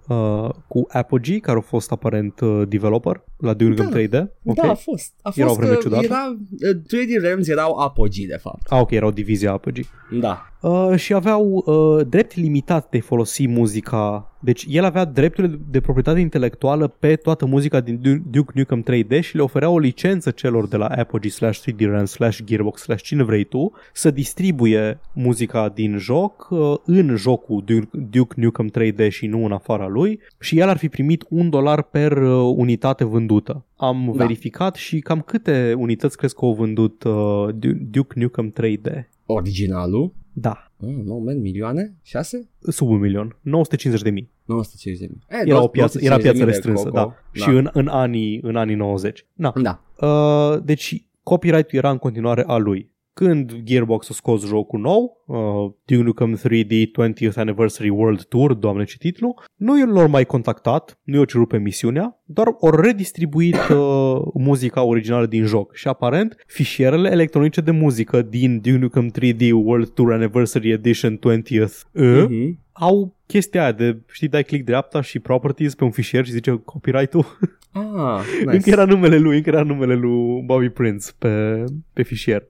uh, cu Apogee, care a fost aparent uh, developer la Duke Nukem
Da.
3D.
Okay. Da, a fost. A fost
Era o vreme
că
ciudată.
Era, uh, 3D Realms erau apogii, de fapt.
Ah, ok, erau divizia Apogee.
Da.
Uh, și aveau uh, drept limitat de a folosi muzica. Deci el avea drepturile de proprietate intelectuală pe toată muzica din Du- Duke Nukem 3D și le oferea o licență celor de la Apogee slash 3D Run slash Gearbox slash cine vrei tu să distribuie muzica din joc uh, în jocul Duke, Duke Nukem 3D și nu în afara lui și el ar fi primit un dolar per uh, unitate vândută. Am
Da.
verificat și cam câte unități crezi că au vândut uh, Du- Duke Nukem 3D?
Originalul.
Da,
Mm, nu, man, milioane? Șase?
sub un milion, 950 de mii.
950 de mii. Eh,
Era o piață,
950
era piață
de mii de
restrânsă,
coco.
da. Și în, în, anii, în anii 90. Na.
Da.
Uh, deci copyright-ul era în continuare a lui. Când Gearbox a scos jocul nou, uh, Duke Nukem 3D 20th Anniversary World Tour, doamne ce titlu, nu i l-au mai contactat, nu i-au cerut permisiunea, doar au redistribuit uh, muzica originală din joc și aparent fișierele electronice de muzică din Duke Nukem 3D World Tour Anniversary Edition 20th uh,
Mhm.
au chestia aia de, știi, dai click dreapta și properties pe un fișier și zice copyright-ul.
Ah,
Nice. Încă
nice.
era numele lui, încă era numele lui Bobby Prince pe, pe fișier.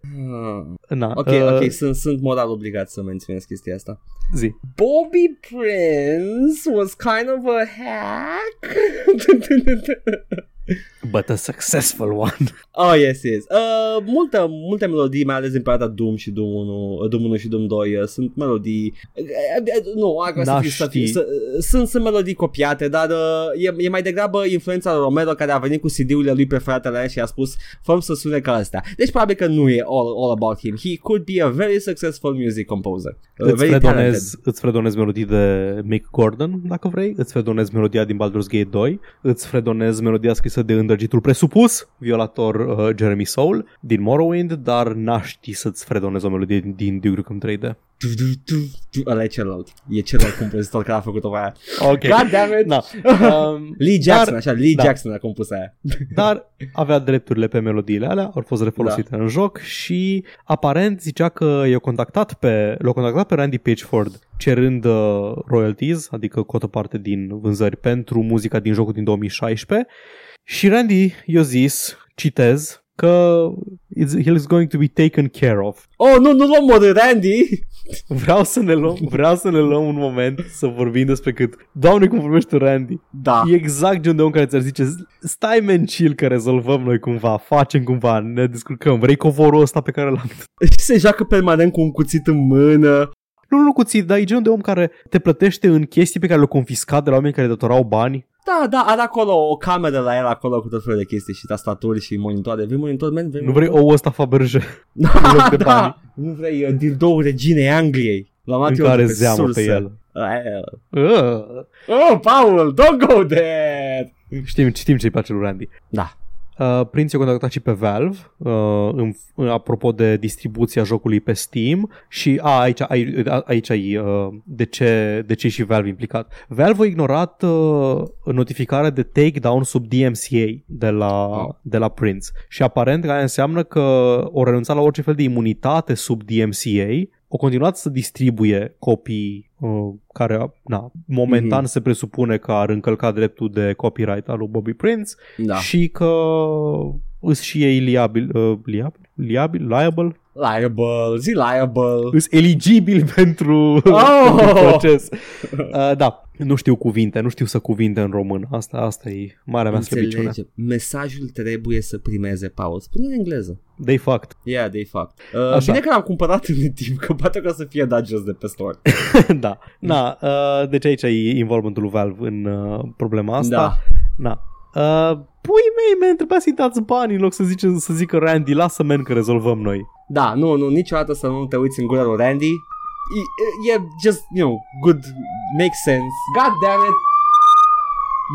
Ah.
Na,
Ok,
uh,
ok, sunt, sunt moral obligat să menționez chestia asta.
Zi.
Bobby Prince was kind of a hack.
But a successful one.
oh, yes, yes. Uh, multă, multe melodii, mai ales din perioada Doom și Doom 1, uh, Doom 1 și Doom 2, uh, sunt melodii... Uh, uh, nu, hai ca să
N-aș
fiu, să fiu,
ști.
să, uh, sunt, sunt melodii copiate, dar uh, e, e, mai degrabă influența lui Romero care a venit cu CD-urile lui preferatele și a spus făm să sune ca astea. Deci probabil că nu e all, all about him. He could be a very successful music composer. Uh,
Îți
very talented.
fredonez, îți fredonez melodii de Mick Gordon, dacă vrei. Îți fredonez melodia din Baldur's Gate 2. Îți fredonez melodia scrisă de îndrăgitul presupus, violator uh, Jeremy Soul, din Morrowind, dar n-aș ști să-ți fredonez o melodie din, din Duke Nukem 3D.
tu, tu, tu, tu, ăla e celălalt. E celălalt compozitor care a făcut-o pe aia.
Ok.
God damn it!
Na. Um,
Lee Jackson, așa, Lee
da.
Jackson a compus aia.
Dar avea drepturile pe melodiile alea, au fost refolosite da. în joc și aparent zicea că i-a contactat pe, l-a contactat pe Randy Pitchford cerând uh, royalties, adică cotă parte din vânzări pentru muzica din jocul din 2016 și Randy i-a zis, citez, că it's, he's going to be taken care of.
Oh, nu, nu luăm modul Randy!
Vreau să ne luăm, vreau să ne luăm un moment să vorbim despre cât, doamne cum vorbești tu Randy,
Da.
E exact genul de om care ți-ar zice Stai men chill că rezolvăm noi cumva Facem cumva, ne descurcăm Vrei covorul ăsta pe care l-am
Și se joacă permanent cu un cuțit în mână.
Nu, nu cuțit, dar e genul de om care te plătește în chestii pe care le-au confiscat de la oameni care datorau bani
Da, da, are acolo o cameră la el acolo cu tot felul de chestii și tastaturi și monitoare. Vrei monitor, man? Vrei
Nu vrei ouă ăsta Faberge
monitor?
un loc de bani?
Nu vrei uh, dildoul reginei Angliei. L-am luat
în
eu
care
de pe
zeamă
sursă.
pe el
Aia.
Uh,
Oh, Paul, don't go there!
Știm, știm ce-i place lui Randy
Da.
Uh, Prince e contactat și pe Valve, uh, în, în, apropo de distribuția jocului pe Steam și a, aici, ai, a, aici ai, uh, de, ce, de ce e și Valve implicat. Valve a ignorat uh, notificarea de takedown sub DMCA de la, oh. de la Prince și aparent aia înseamnă că o renunțat la orice fel de imunitate sub DMCA o continuat să distribuie copii uh, care, na, momentan mm-hmm. se presupune că ar încălca dreptul de copyright al lui Bobby Prince
Da.
și că îs și ei liabil, uh, liabil, liabil, liable,
Liable, zi liable.
îs eligibil pentru,
Oh!
pentru proces. Uh, da, nu știu cuvinte, nu știu să cuvinte în român. Asta, asta e marea mea slăbiciune.
Înțelege. Mesajul trebuie să primeze, Paul. Spune în engleză.
They fucked.
Yeah, de fapt. Uh, bine că l-am cumpărat în timp, că poate că o să fie dat jos de pe store.
da, na, uh, deci aici e involvementul lui Valve în uh, problema asta.
Da.
Na. Uh, pui mei, man, trebuia să-i dați bani în loc să, zice, să zică Randy, lasă, men, că rezolvăm noi.
Da, nu, nu, niciodată să nu te uiți în gura lui Randy. E, e just, you know, good, makes sense. God damn it!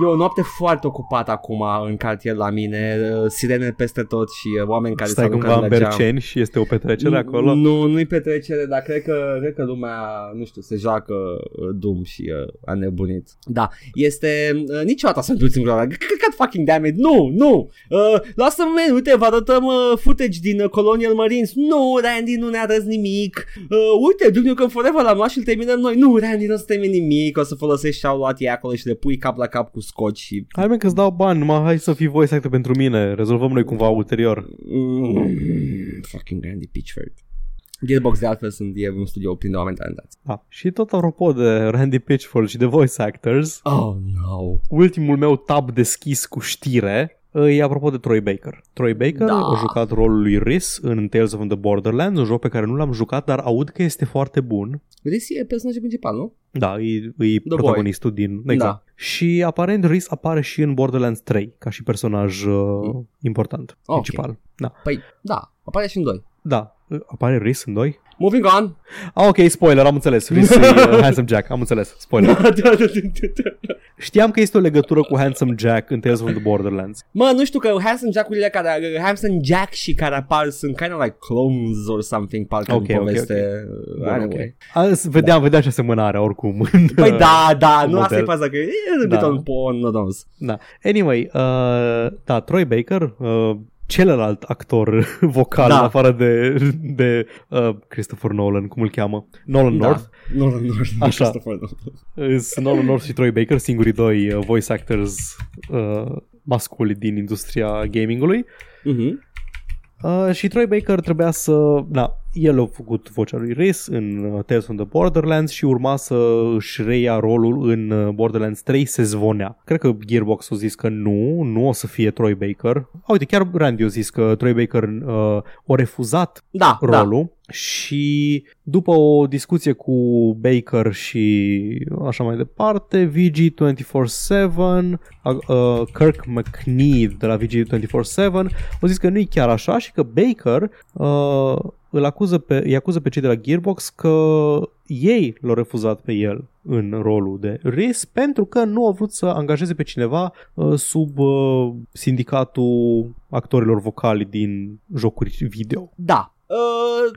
E o noapte foarte ocupată acum în cartier la mine, uh, sirene peste tot și uh, oameni care
Stai
s-au
cumva
aruncat
în
de la geam. Mm,
Berceni și este o petrecere acolo.
Nu, nu-i petrecere, dar cred că, cred că lumea, nu știu, se joacă uh, Doom și uh, a nebunit. Da, este... Uh, niciodată să nu în gura. God fucking damn it, nu, nu! Uh, lasă-mă, uite, vă arătăm uh, footage din uh, Colonial Marines. Nu, Randy, nu ne arăți nimic. Uh, uite, Duke Nukem Forever l-am luat și îl terminăm noi. Nu, Randy, nu o să termin nimic. O să folosești și-au luat ei acolo și le pui cap la cap cu scoci și...
Hai, men, că-ți dau bani, numai hai să fii voice actor pentru mine. Rezolvăm noi cumva ulterior.
Mm, fucking Randy Pitchford. Gearbox de altfel sunt e un studio plin de oameni talentați.
Da. Și tot apropo de Randy Pitchford și de voice actors,
Oh, no.
ultimul meu tab deschis cu știre uh, e apropo de Troy Baker. Troy Baker
Da.
a jucat rolul lui Rhys în Tales of the Borderlands, un joc pe care nu l-am jucat, dar aud că este foarte bun.
Risi e personajul é principal, nu?
Da, e, e
Boy.
protagonistul din... Exact.
Da.
Da. Și aparent Rhys apare și în Borderlands 3 ca și personaj uh,
Mm.
important,
Ok.
principal. Da.
Păi, da, apare și în doi.
Da, apare Rhys în 2.
Moving on!
Ah, ok, spoiler, am înțeles. Rhys e uh, Handsome Jack, am înțeles. Spoiler. Știam că este o legătură cu Handsome Jack în Tales of the Borderlands.
mă, nu știu că Hanson Jack-urile care, Hanson Jack și care apar sunt kind of like clones or something, parcă
Ok,
okay, în
ok,
poveste.
Bun,
Okay, Anyway.
A, s- vedeam, da. vedeam ce asemănare oricum.
Păi da, da,
Un
nu asta e
model.
faza, că e a bit
Da.
on porn, no knows.
Da. Anyway, uh, da, Troy Baker, uh, celălalt actor vocal,
Da.
în afară de, de uh, Christopher Nolan, cum îl cheamă? Nolan
Da.
North.
Nu, nu, nu, nu,
Așa.
Christopher Nolan.
Sunt Nolan North și Troy Baker, singurii doi uh, voice actors uh, masculi din industria gamingului.
Mhm.
Uh, și Troy Baker trebuia să... Da, el a făcut vocea lui Rhys în uh, Tales from the Borderlands și urma să își reia rolul în uh, Borderlands 3, se zvonea. Cred că Gearbox a zis că nu, nu o să fie Troy Baker. A, uite, chiar Randy a zis că Troy Baker uh, a refuzat
Da, da.
rolul și după o discuție cu Baker și așa mai departe, VG247, uh, uh, Kirk McNeed de la VG247 au zis că nu e chiar așa și că Baker uh, îl acuză pe, îi acuză pe cei de la Gearbox că ei l-au refuzat pe el în rolul de RIS pentru că nu au vrut să angajeze pe cineva uh, sub uh, sindicatul actorilor vocali din jocuri video.
Da. Uh,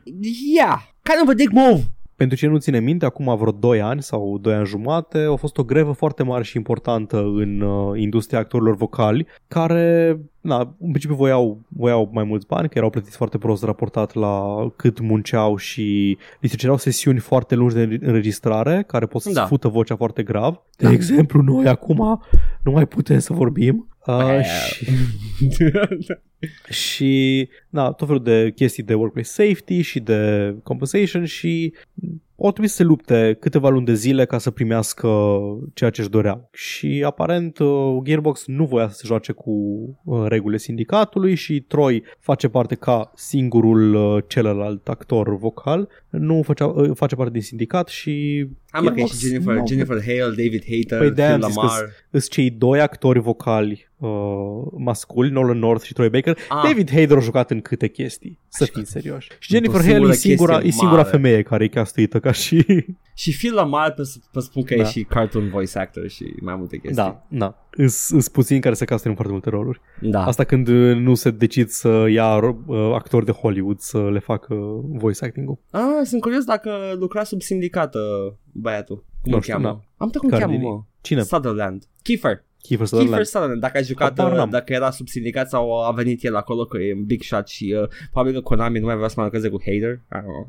yeah, kind of a dick move.
Pentru cine nu ține minte, acum vreo 2 ani sau 2 ani jumate a fost o grevă foarte mare și importantă în uh, industria actorilor vocali care, na, în principiu voiau, voiau mai mulți bani, că erau plătiți foarte prost raportat la cât munceau și li se cereau sesiuni foarte lungi de înregistrare care pot să-ți
Da.
fută vocea foarte grav. De exemplu, noi acum nu mai putem să vorbim. Uh, și, și da, tot felul de chestii de workplace safety și de compensation și au trebuit să se lupte câteva luni de zile ca să primească ceea ce își doreau. Și aparent uh, Gearbox nu voia să se joace cu uh, regulile sindicatului și Troy face parte ca singurul uh, celălalt actor vocal, nu făcea, uh, face parte din sindicat și
Am că e și
Gearbox,
Jennifer,
nu.
Jennifer Hale, David Hater,
Păi de-aia
Phil
am zis că
Lamar.
sunt cei doi actori vocali uh, masculi, Nolan North și Troy Baker. Ah. David Hayder a jucat în câte chestii, să fim serioși. Și Jennifer Hale e singura, e singura
mare.
femeie care e castuită ca și...
Și Phil Lamar, pe, pe spun că da. e
Da.
și cartoon voice actor și mai multe chestii.
Da, da. Sunt puțini care se castă în foarte multe roluri.
da.
Asta când uh, nu se decid să ia ro- uh, actori de Hollywood să le facă voice acting-ul.
Ah, sunt curios dacă lucra sub sindicat uh, băiatul. Cum
Nu
îl
știu,
cheamă?
da.
Am uitat cum îl
Care
cheamă,
din
mă.
Cine?
Sutherland. Kiefer. Kiefer
Kiefer Sutherland.
Sutherland. Dacă a jucat,
Habar
uh,
n-am.
dacă era sub sindicat sau a venit el acolo că e un big shot și uh, probabil că Konami nu mai vrea să mai lucreze cu Hader. I don't know.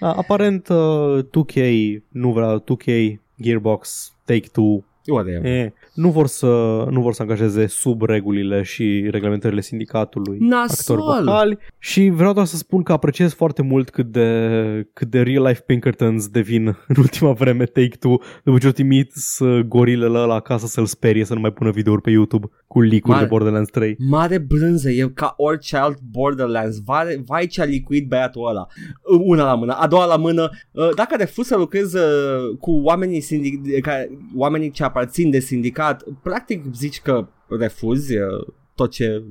Da. A, aparent uh, 2K nu vrea 2K Gearbox Take-Two
Whatever.
e, nu vor să nu vor să angajeze sub regulile și reglementările sindicatului
Nasol!
actori vocali și vreau doar să spun că apreciez foarte mult cât de, cât de real life Pinkertons devin în ultima vreme Take-Two după ce o trimit să gorilele ăla acasă să-l sperie să nu mai pună videouri pe YouTube cu leak-uri
Mare.
de Borderlands 3
Mare brânză, e ca orice alt Borderlands, vai, vai ce a licuit băiatul ăla. Una la mână, a doua la mână, Uh, dacă refuz să lucrezi uh, cu oamenii, sindic- care, oamenii ce aparțin de sindicat, practic zici că refuzi uh, tot ce,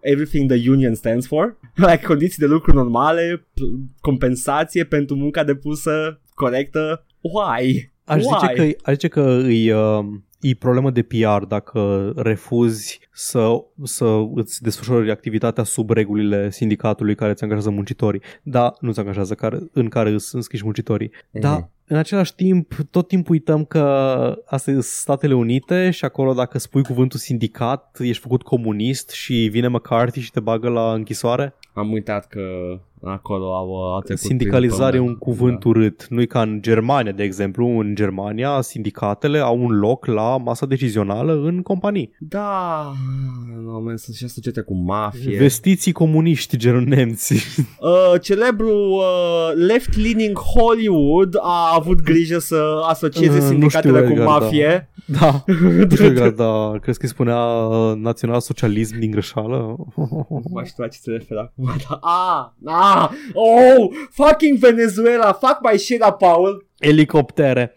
everything the union stands for, like condiții de lucru normale, p- compensație pentru munca depusă corectă, why?
Aș zice,
Why?
că, aș zice că îi, uh, e problemă de PR dacă refuzi să, să îți desfășori activitatea sub regulile sindicatului care îți angajează muncitorii. Da, nu îți angajează, care, în care îți înscriși muncitorii.
Mhm.
Da, în același timp, tot timpul uităm că astea sunt Statele Unite și acolo dacă spui cuvântul sindicat, ești făcut comunist și vine McCarthy și te bagă la închisoare.
Am uitat că acolo au, uh, au trecut prin
Sindicalizare e
pământ.
un cuvânt da. urât. Nu e ca în Germania, de exemplu. În Germania, sindicatele au un loc la masa decizională în companii.
Da, nu, man, sunt și asociate cu mafie. Vest-
Vestiții comuniști, gen nemți.
uh, celebrul uh, left-leaning Hollywood a avut grijă să asocieze
Uh, nu
sindicatele
știu,
cu
Edgar, da.
mafie.
da. Nu știu că da, crezi că îi spunea uh, național-socialism din greșeală?
Nu mai știu la ce se referă acum, dar... A, a, oh, fucking Venezuela, fuck my shit up, Paul.
Elicoptere.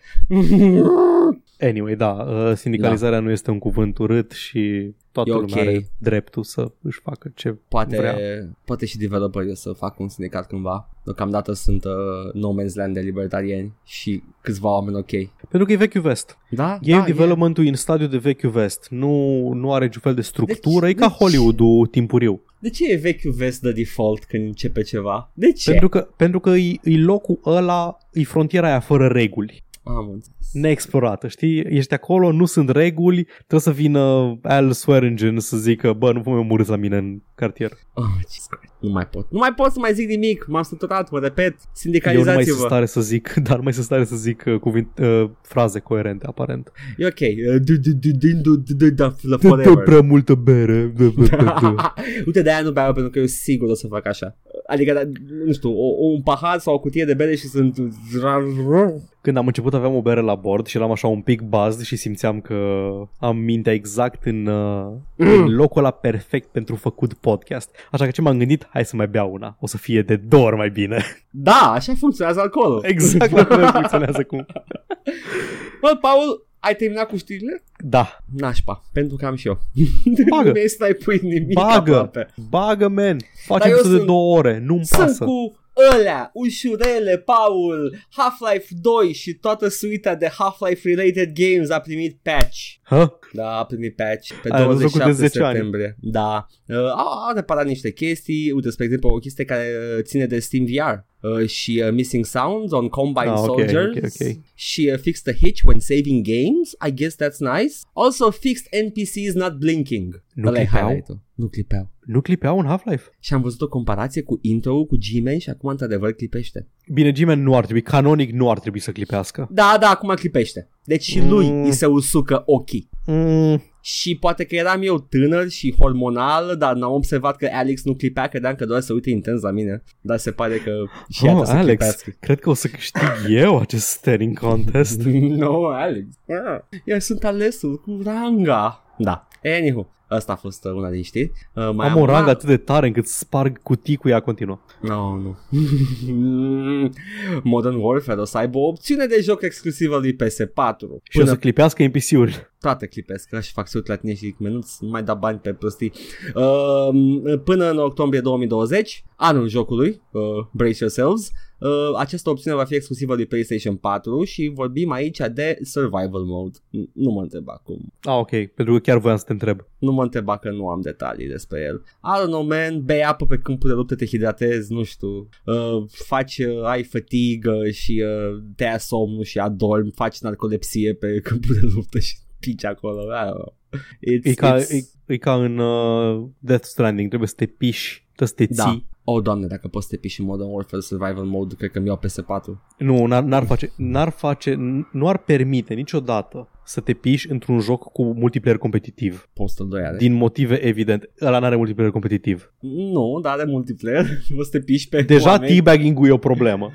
Anyway, da, uh, sindicalizarea da. nu este un cuvânt urât și toată
E ok.
lumea are dreptul să își facă ce
Poate,
vrea.
poate și developerii o să fac un sindicat cândva. Deocamdată sunt uh, No Man's Land de libertarieni și câțiva oameni ok.
Pentru că e vechiul vest.
Da?
Game
da, e-
development-ul e în stadiu de vechiul vest. Nu, nu are niciun fel de structură.
Deci-
Deci, e ca
deci-
Hollywood-ul timpuriu.
De ce e vechiul vest de default când începe ceva? De ce?
Pentru că, pentru că e, e locul ăla, e frontiera aia fără reguli.
Am înțeles.
Neexplorată, știi? Ești acolo, nu sunt reguli, trebuie să vină Al Swearingen să zică, bă, nu vă mai omorâți la mine în cartier.
Oh, Jesus Christ. Nu mai pot. Nu mai pot să mai zic nimic. M-am săturat, mă repet.
Eu nu mai sunt
Sindicalizați-vă.
stare să zic, dar nu mai sunt stare să zic uh, cuvinte, uh, fraze coerente, aparent.
E ok. Uh, du- du- du- din- du- du- du- da- la
Nu dă
Forever.
prea multă bere. dă, dă, dă, dă.
Uite, de-aia nu beau pentru că eu sigur o să fac așa. Adică, da, nu știu, o, un pahar sau o cutie de bere și sunt...
Când am început aveam o bere la bord și eram așa un pic buzzed și simțeam că am mintea exact în, uh,
Mm.
în locul ăla perfect pentru făcut podcast. Așa că ce m-am gândit, hai să mai beau una. O să fie de două ori mai bine.
Da, așa funcționează alcoolul.
Exact la fel funcționează cum.
Bă, Paul, ai terminat cu știrile?
Da.
Nașpa, pentru că am și eu.
Bagă.
nu mi-ai să mai pui nimic
Bagă.
aproape.
Bagă, man.
Dar
Facem
eu
episod de
sunt-
două ore. Nu-mi
Sunt
pasă.
cu ălea, ușurele, Paul, Half-Life 2 și toată suita de Half-Life related games a primit patch.
Hă?
Da, a primit patch pe
Ai văzut cu de
27
10 ani.
septembrie. Da, uh, au, au reparat niște chestii, uite, spre exemplu, o chestie care uh, ține de Steam VR uh, și uh, Missing Sounds on Combine
Ah, ok,
Soldiers
ok, ok.
și uh, fixed the hitch when saving games. I guess that's nice. Also fixed NPCs not blinking.
Nu
Ăla e
clipeau?
highlight-ul. Nu clipeau.
Nu clipeau în Half-Life?
Și am văzut o comparație cu intro-ul cu G-Man și acum într-adevăr clipește.
Bine, Jimen nu ar trebui, canonic nu ar trebui să clipească.
Da, da, acum clipește. Deci și lui
Mm.
îi se usucă ochii.
Mm,
Și poate că eram eu tânăr și hormonal, dar n-am observat că Alex nu clipea, credeam că doar se uite intens la mine. Dar se pare că și ea
oh,
trebuie să
Alex,
clipească.
cred că o să câștig eu acest staring contest.
Ah. no, Alex. Eu sunt alesul cu ranga. Da. Anywho, asta a fost uh, una din știri. Uh, mai
Am o rangă atât de tare încât sparg cutii cu ea continuă.
No, nu. Modern Warfare o să aibă o opțiune de joc exclusivă lui PS4.
Și o să clipească NPC-uri.
toate clipesc și fac sut la tine și zic, nu mai da bani pe prostii. Uh, până în octombrie 2020, anul jocului, uh, Brace Yourselves, uh, această opțiune va fi exclusivă de PlayStation 4 și vorbim aici de Survival Mode. N- Nu mă întreba cum.
Ah, ok, pentru că chiar voiam să te întreb.
Nu mă întreba că nu am detalii despre el. I don't know, man, bei apă pe câmpul de luptă, te hidratezi, nu știu, uh, faci, uh, ai fatigă și uh, te ia somnul și adormi, faci narcolepsie pe câmpul de luptă și pici acolo. I don't know. It's,
E ca,
it's-
e, e ca în uh, Death Stranding, trebuie să te piși, trebuie să te
Da.
ții.
Oh, doamne, dacă poți să te piși în Modern Warfare Survival Mode, cred că mi iau PS4.
Nu, n-ar, n-ar face, n-ar face, n- nu ar permite niciodată să te piși într-un joc cu multiplayer competitiv.
Poți să-l doi are.
Din motive evidente. Ăla n-are multiplayer competitiv.
Nu, dar are multiplayer. Poți să te piși pe
Deja
oameni.
teabagging-ul e o problemă.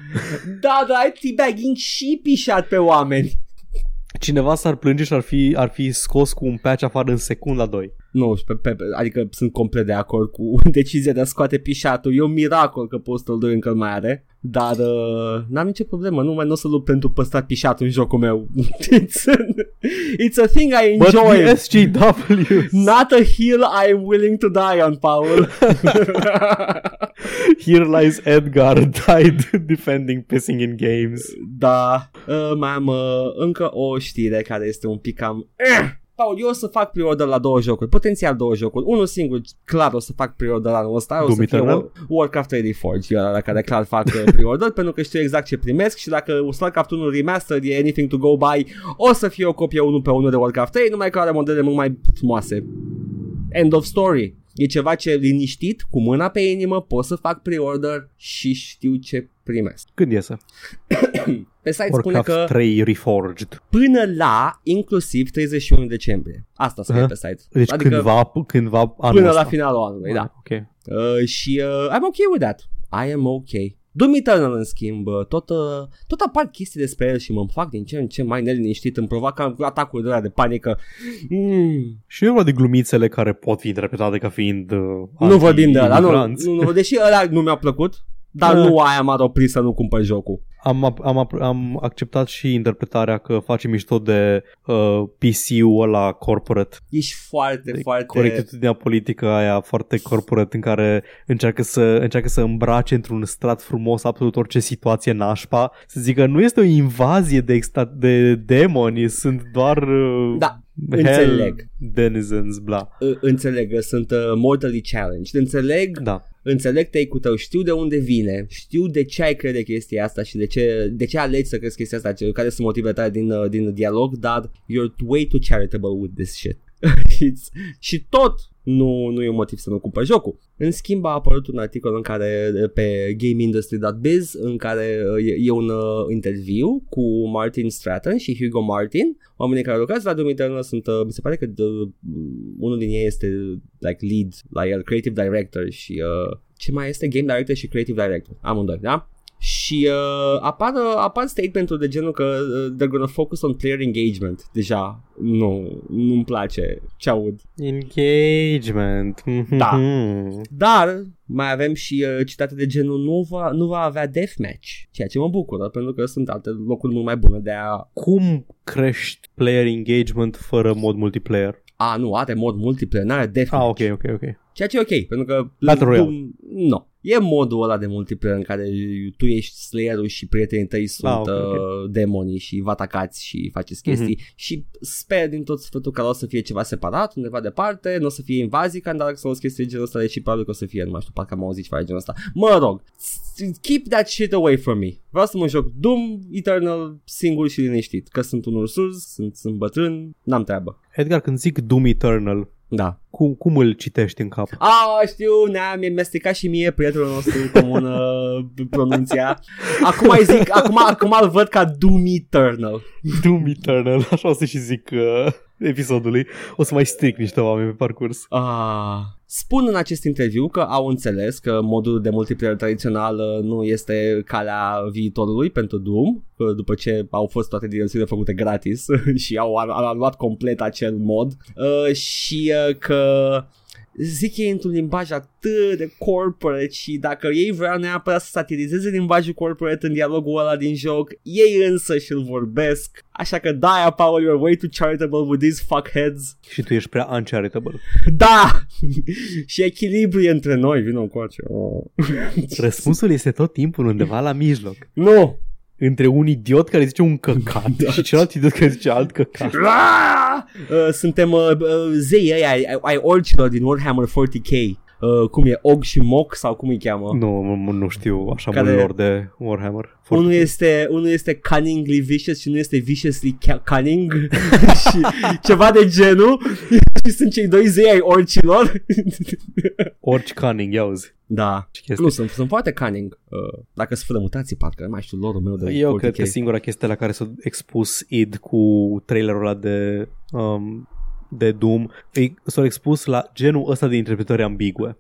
Da, dar ai teabagging și pișat pe oameni.
Cineva s-ar plânge și ar fi, ar fi scos cu un patch afară în secunda 2.
Nu, și pe, pe, adică sunt complet de acord cu decizia de a scoate pișatul. E un miracol că Postal 2 încă mai are. Dar uh, n-am nicio problemă, nu mai nu o să lupt pentru păstrat pișatul în jocul meu. it's, it's a thing I
But
enjoy.
the SJW,
Not a hill I'm willing to die on, Paul.
here lies Edgar, died defending pissing in games.
Da, uh, mai am uh, încă o știre care este un pic cam... Eh! Paul, eu o să fac pre-order la două jocuri, potențial două jocuri, unul singur, clar o să fac pre-order anul ăsta, o
Doom
să fie
Eternal?
War- Warcraft 3 Reforged, eu la care clar fac uh, pre-order, pentru că știu exact ce primesc și dacă Warcraft 1 Remastered e anything to go by, o să fie o copie 1 pe 1 de Warcraft 3, numai că are modele mult mai frumoase. End of story. E ceva ce liniștit, cu mâna pe inimă, pot să fac pre-order și știu ce primesc.
Când iese?
Pe site spune
Warcraft
că
3 Reforged.
până la inclusiv 31 decembrie. Asta scrie
Aha.
pe site.
Deci
adică
adică cândva, cândva anul
până
ăsta.
la finalul anului, da.
Ok.
Uh, și uh, I'm okay with that. I am okay. Doom Eternal, în schimb, uh, tot, uh, tot apar chestii despre el și mă fac din ce în ce mai neliniștit, îmi provoacă atacuri de la de panică. Mm.
Și nu e vorba de glumițele care pot fi interpretate ca fiind uh,
Nu vorbim de ăla, nu,
anti-imigranți.
nu, nu, deși ăla nu mi-a plăcut, dar
Da.
nu aia m-a oprit să nu cumpăr jocul.
Am, ap- am, ap- am acceptat și interpretarea că face mișto de uh, PC-ul ăla corporate,
Ești foarte,
de
foarte...
corectitudinea politică aia foarte corporate în care încearcă să, încearcă să îmbrace într-un strat frumos absolut orice situație nașpa, să zică nu este o invazie de, extra- de demoni, sunt doar uh,
Da,
hell
înțeleg.
denizens, bla.
Uh, Înțeleg, uh, sunt uh, mortally challenged. Înțeleg
Da.
Înțeleg take-ul tău, știu de unde vine, știu de ce ai crede chestia asta și de ce, de ce alegi să crezi chestia asta, ce- care sunt motivele tale din, uh, din dialog, dar you're way too charitable with this shit. It's, și tot nu, nu e un motiv să nu cumpăr jocul. În schimb a apărut un articol în care pe gameindustry.biz în care uh, e, e un uh, interviu cu Martin Stratton și Hugo Martin, oamenii care lucrează la Doom Eternal sunt, uh, mi se pare că uh, unul din ei este like lead la el, creative director și uh, ce mai este game director și creative director, amândoi, da? Și uh, apar, apar statement-uri de genul că uh, they're gonna focus on player engagement. Deja nu, nu-mi place ce aud.
Engagement.
Da.
Mhm.
Dar mai avem și uh, citate de genul nu va, nu va avea deathmatch, ceea ce mă bucură pentru că sunt alte locuri mult mai bune de a...
Cum crești player engagement fără mod multiplayer?
A, nu, are mod multiplayer, n-are deathmatch.
Ah, ok, ok, ok.
Ceea ce e ok, pentru că...
Battle Royale.
Doom- Nu. E modul ăla de multiplayer în care tu ești slayer și prietenii tăi sunt
Ah,
ah,
ok, Mhm.
okay, okay. demonii și vă atacați și faceți chestii mm-hmm. și sper din tot sfătul că o să fie ceva separat undeva departe, nu o să fie invazii ca în Dark Souls chestii de genul ăsta, deși probabil că o să fie, nu mai știu, parcă am auzit ceva de genul ăsta. Mă rog, s- keep that shit away from me. Vreau să mă joc Doom Eternal singur și liniștit, că sunt un ursuz, sunt, sunt bătrân, n-am treabă.
Edgar, când zic Doom Eternal,
Da.
cum, cum îl citești în cap?
A, știu, ne-a mi-a mestecat și mie prietenul nostru comun uh, pronunția. Acum îi zic, acum, acum îl văd ca Doom Eternal.
Doom Eternal, așa o să și zic uh, episodului, o să mai stric niște oameni pe parcurs.
Ah. Spun în acest interviu că au înțeles că modul de multiplayer tradițional uh, nu este calea viitorului pentru Doom, după ce au fost toate DLC-urile făcute gratis și au anulat complet acel mod uh, și că zic ei într-un limbaj atât de corporate și dacă ei vreau neapărat să satirizeze limbajul corporate în dialogul ăla din joc, ei însă și-l vorbesc. Așa că da, Paul, you're way too charitable with these fuckheads.
Și tu ești prea uncharitable.
Da! și echilibru e între noi, vină încoace. Oh.
Răspunsul este tot timpul undeva la mijloc.
Nu! No.
Între un idiot care zice un căcat da. și celălalt idiot care zice alt căcat.
Uh, suntem uh, uh, zeii ăia ai, ai orcilor din Warhammer 40k. Uh, cum e, Og și Moc sau cum îi cheamă?
Nu, m- nu știu așa care... mult lor de Warhammer.
40K. Unul este, unul este cunningly vicious și nu este viciously cunning și ceva de genul. și sunt cei doi zei ai orcilor.
Orci cunning, ia uzi.
Da. Nu, sunt, sunt foarte cunning. Uh, dacă sunt mutații, parcă nu mai știu lorul meu de
Eu cred că singura chestie la care s-a expus id cu trailerul ăla de um, de Doom s-au expus la genul ăsta de interpretări ambigue.